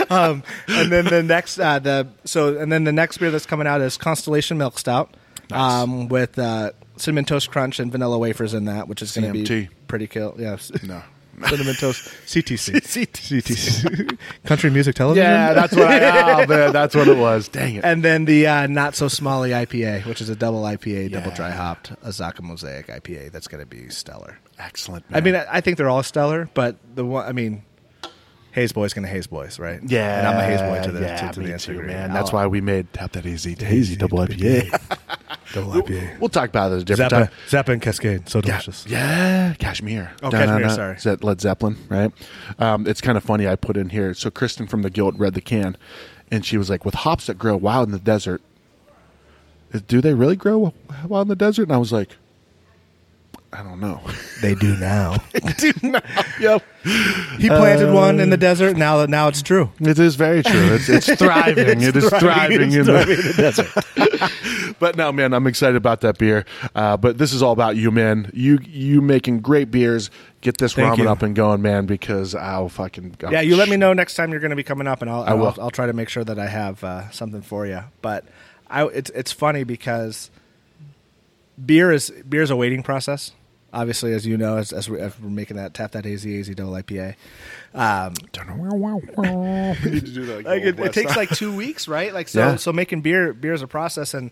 um, and then the next uh, the so and then the next beer that's coming out is Constellation Milk Stout, um, with uh, cinnamon toast crunch and vanilla wafers in that, which is going to
CMT.
be pretty kill. Yes,
no.
cinnamon toast CTC CTC Country Music Television.
Yeah, that's what I. Oh, man, that's what it was. Dang it.
And then the uh, not so smally IPA, which is a double IPA, double
Yeah.
dry hopped Azaka Mosaic IPA. That's going to be stellar.
Excellent.
I
man.
mean, I, I think they're all stellar, but the one, I mean, Hayes Boy's going to Hayes Boys, right?
Yeah,
and I'm a Hayes Boy to the
yeah,
to, to
me
the nth
too,
degree. Oh.
man.
I'll-
That's why we made tap that easy to hazy double IPA.
double IPA.
We'll talk about it a different
Zappa,
time.
Zappa and Cascade, so
Yeah,
delicious.
yeah, Kashmir.
Oh,
Dun, dun,
Kashmir,
dun.
sorry.
Is that Led Zeppelin, right? Um, it's kind of funny. I put in here. So Kristen from the Guild read the can, and she was like, "With hops that grow wild in the desert, do they really grow wild in the desert?" And I was like, "I don't know."
They do now.
yep,
he planted one in the desert. Now, now it's true.
it is very true. It's, it's thriving. it's thriving, in the but no, man, I'm excited about that beer. Uh, but this is all about you, man. You you making great beers. Get this
Thank
ramen
you.
up and going, man, because I'll fucking go.
Yeah, you let me know next time you're going to be coming up, and I'll, I
will.
will. I'll, I'll try to make sure that I have uh, something for you. But I, it's it's funny because beer is beer is a waiting process. Obviously, as you know, as, as, we, as we're making that tap that AZ AZ double IPA, um,
We need to do that.
like it, it takes like two weeks, right? Like so,
Yeah.
so making beer beer is a process, and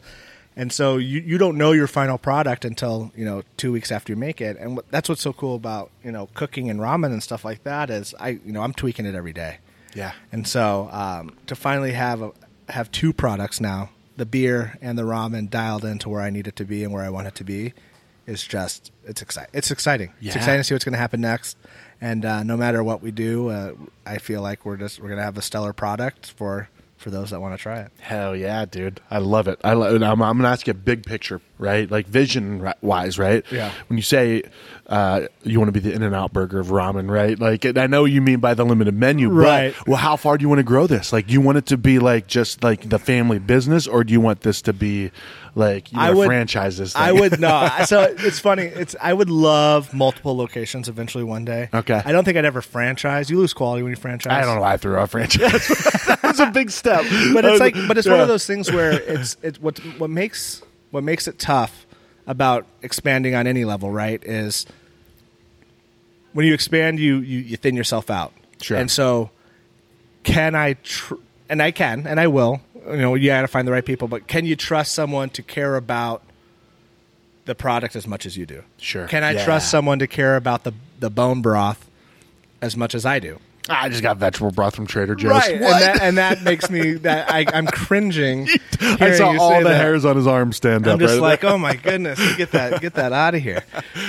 and so you you don't know your final product until you know two weeks after you make it, and what, that's what's so cool about you know cooking and ramen and stuff like that is I you know I'm tweaking it every day.
Yeah.
And so um, to finally have a, have two products now, the beer and the ramen dialed into where I need it to be and where I want it to be, is just it's exciting. It's exciting. It's
Yeah.
exciting to see what's going to happen next. And uh, no matter what we do, uh, I feel like we're just we're going to have a stellar product for for those that want to try it.
Hell yeah, dude! I love it. I love. I'm, I'm gonna ask you a big picture, right? Like vision ri- wise, right?
Yeah.
When you say uh, you want to be the In and Out Burger of ramen, right? Like, and I know you mean by the limited menu,
Right.
But, well, how far do you want to grow this? Like, do you want it to be like just like the family business, or do you want this to be like you know, franchise this? Thing?
I would not. so it's funny. It's I would love multiple locations eventually one day.
Okay.
I don't think I'd ever franchise. You lose quality when you franchise.
I don't know. why I threw out franchise. That's a big step. Um,
but it's like but it's one
Yeah.
of those things where it's it's what what makes what makes it tough about expanding on any level right is when you expand you you, you thin yourself out
Sure.
and so can i tr- and i can and i will you know you gotta find the right people but can you trust someone to care about the product as much as you do
Sure.
can i
Yeah.
trust someone to care about the the bone broth as much as i do
I just got vegetable broth from Trader Joe's.
Right, and that, and that makes me that I, I'm cringing.
I
hearing
saw
you
all
say
the
that.
hairs on his arm stand up.
I'm just
right?
like, oh my goodness, get that, get that out of here.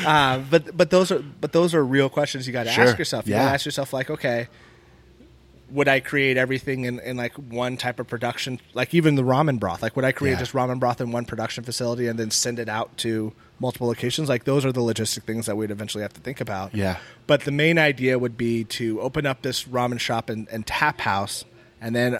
Uh, but but those are but those are real questions you got to
Sure,
ask yourself. You
yeah.
gotta ask yourself like, okay, would I create everything in, in like one type of production? Like even the ramen broth. Like would I create
Yeah.
just ramen broth in one production facility and then send it out to multiple locations? Like those are the logistic things that we'd eventually have to think about.
Yeah.
But the main idea would be to open up this ramen shop and, and tap house, and then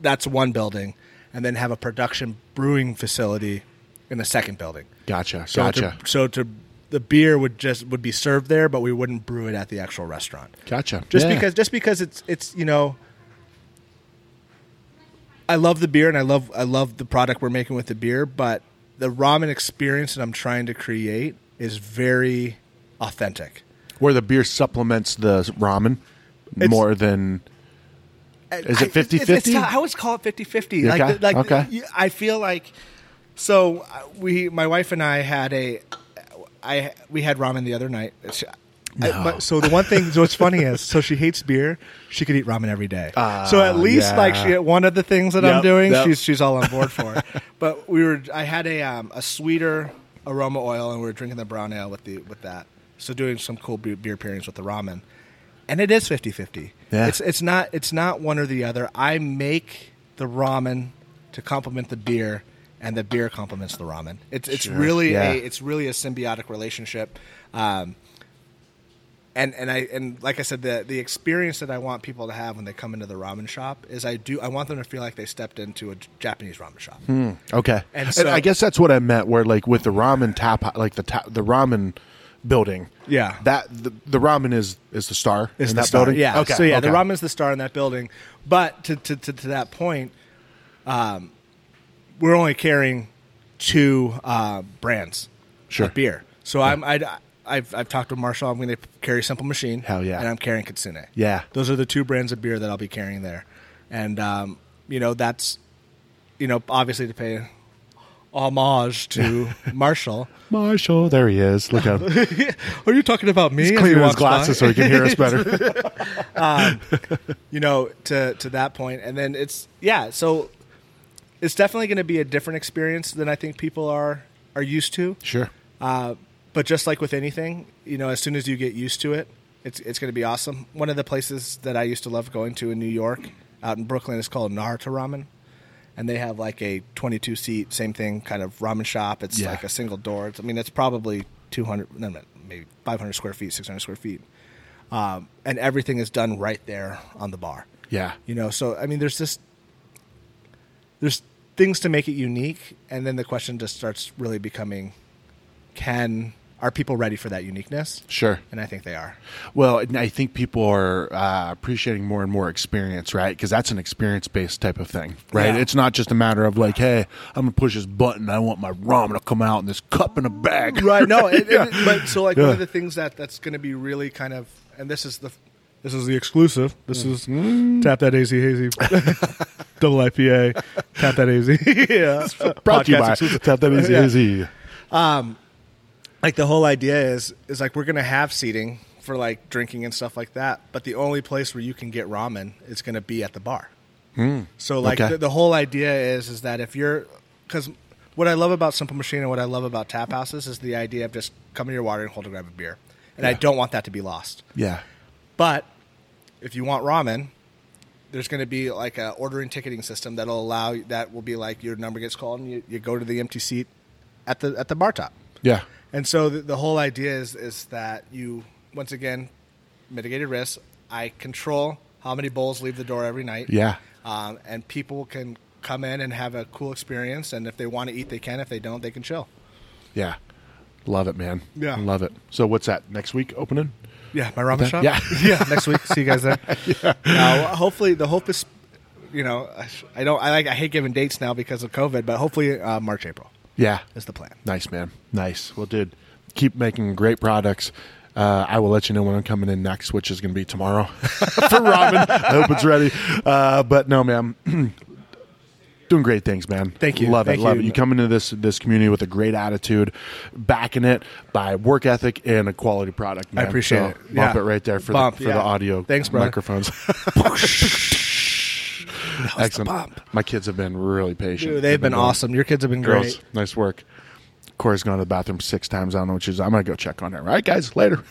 that's one building, and then have a production brewing facility in a second building.
gotcha,
So
gotcha.
To, so to the beer would just would be served there, but we wouldn't brew it at the actual restaurant.
Gotcha.
Just
Yeah.
because just because it's it's you know. I love the beer and I love I love the product we're making with the beer, but the ramen experience that I'm trying to create is very authentic.
where the beer supplements the ramen more than Is it
I- it's- it's
50-50?
tough. I always call it 50 50.
Okay,
Like, the- like
okay.
you- I feel like So uh, we, my wife and I had a, I we had ramen the other night. It's- I-
No.
but- so the one thing, so what's funny is, so she hates beer. She could eat ramen every day. so at least
Ah, yeah.
like she, one of the things that I'm
Yep,
doing,
yep.
she's she's all on board for. but we were, I had a um, a sweeter aroma oil, and we were drinking the brown ale with the with that. So doing some cool beer, beer pairings with the ramen, and it is 50-50.
Yeah.
It's it's not it's not one or the other. I make the ramen to complement the beer, and the beer complements the ramen. It's it's really
Yeah.
a it's really a symbiotic relationship. Um, and and I and like I said, the the experience that I want people to have when they come into the ramen shop is I do I want them to feel like they stepped into a J- Japanese ramen shop.
Hmm, Okay.
And
And,
so-
I guess that's what I meant where like with the ramen tap like the tap, the ramen building.
Yeah.
That the, the ramen is is the star
Is
in
the
that
star.
building.
Yeah.
Okay.
So yeah, the
okay.
ramen's the star in that building. But to to to, to that point, um, we're only carrying two uh, brands
Sure.
of beer. So I'm I. I've, I've talked with Marshall. I'm going to carry Simple Machine.
Hell yeah.
And I'm carrying Kitsune.
Yeah.
Those are the two brands of beer that I'll be carrying there, and um, you know that's, you know, obviously to pay homage to Marshall.
Marshall, there he is. Look at him.
Are you talking about me?
He's
as he
cleaning his
walks by?
glasses so he can hear us better.
you know, to to that point. And then it's yeah, so it's definitely going to be a different experience than I think people are are used to.
sure.
Uh, but just like with anything, you know, as soon as you get used to it, it's it's going to be awesome. One of the places that I used to love going to in New York, out in Brooklyn, is called Naruto Ramen, and they have like a 22 seat, same thing kind of ramen shop. It's
Yeah.
like a single door. It's, I mean, it's probably 200, no, no, maybe 500 square feet, 600 square feet, um, and everything is done right there on the bar.
Yeah.
You know, so I mean, there's just there's things to make it unique, and then the question just starts really becoming: Can are people ready for that uniqueness?
Sure.
And I think they are.
Well, and I think people are uh, appreciating more and more experience, right? Because that's an experience based type of thing, right?
Yeah.
It's not just a matter of like, hey, I'm going to push this button. I want my ramen to come out in this cup in a bag.
Right. No. It, it, but so like
Yeah.
one of the things that that's going to be really kind of, and this is the Mm. this is the exclusive. This is tap that hazy hazy double IPA. Tap that hazy. yeah.
Brought to you
Podcast
by
exclusive.
Tap That Easy
Yeah.
Easy.
like the whole idea is is like we're gonna have seating for like drinking and stuff like that but the only place where you can get ramen is gonna be at the bar so like
okay.
the, the whole idea is is that if you're because what i love about simple machine and what i love about tap houses is the idea of just come to your water and hold a grab of beer and i don't want that to be lost
Yeah.
but if you want ramen, there's going to be like a ordering ticketing system that'll allow that will be like your number gets called and you, you go to the empty seat at the at the bar top.
Yeah.
And so the, the whole idea is is that you once again mitigated risk. I control how many bowls leave the door every night.
Yeah.
Um, and people can come in and have a cool experience. And if they want to eat, they can. If they don't, they can chill.
Yeah. Love it, man.
Yeah.
Love it. So what's that? Next week opening?
Yeah, my ramen shop.
Yeah.
yeah. Next week, see you guys there. Now, hopefully, the hope is, you know, I- I don't, I like, I hate giving dates now because of COVID, but hopefully, uh, March, April
Yeah.
is the plan.
Nice, man. Nice. Well, dude, keep making great products. Uh, I will let you know when I'm coming in next, which is going to be tomorrow for ramen. I hope it's ready. Uh, but no, man, doing great things, man.
Thank you.
Love
Thank
it. Love
you.
it. You come into this this community with a great attitude, backing it by work ethic and a quality product. Man.
appreciate
So
it.
Bump
Yeah.
it right there for
Bump,
the for
yeah.
the audio.
Thanks, brother.
Microphones.
the
Excellent.
bump.
My kids have been really patient.
Dude, they've been
going-
awesome. Your kids have been
Girls,
great.
nice work. Corey's gone to the bathroom six times. I don't know what she's. I'm gonna go check on her. All right, guys, later.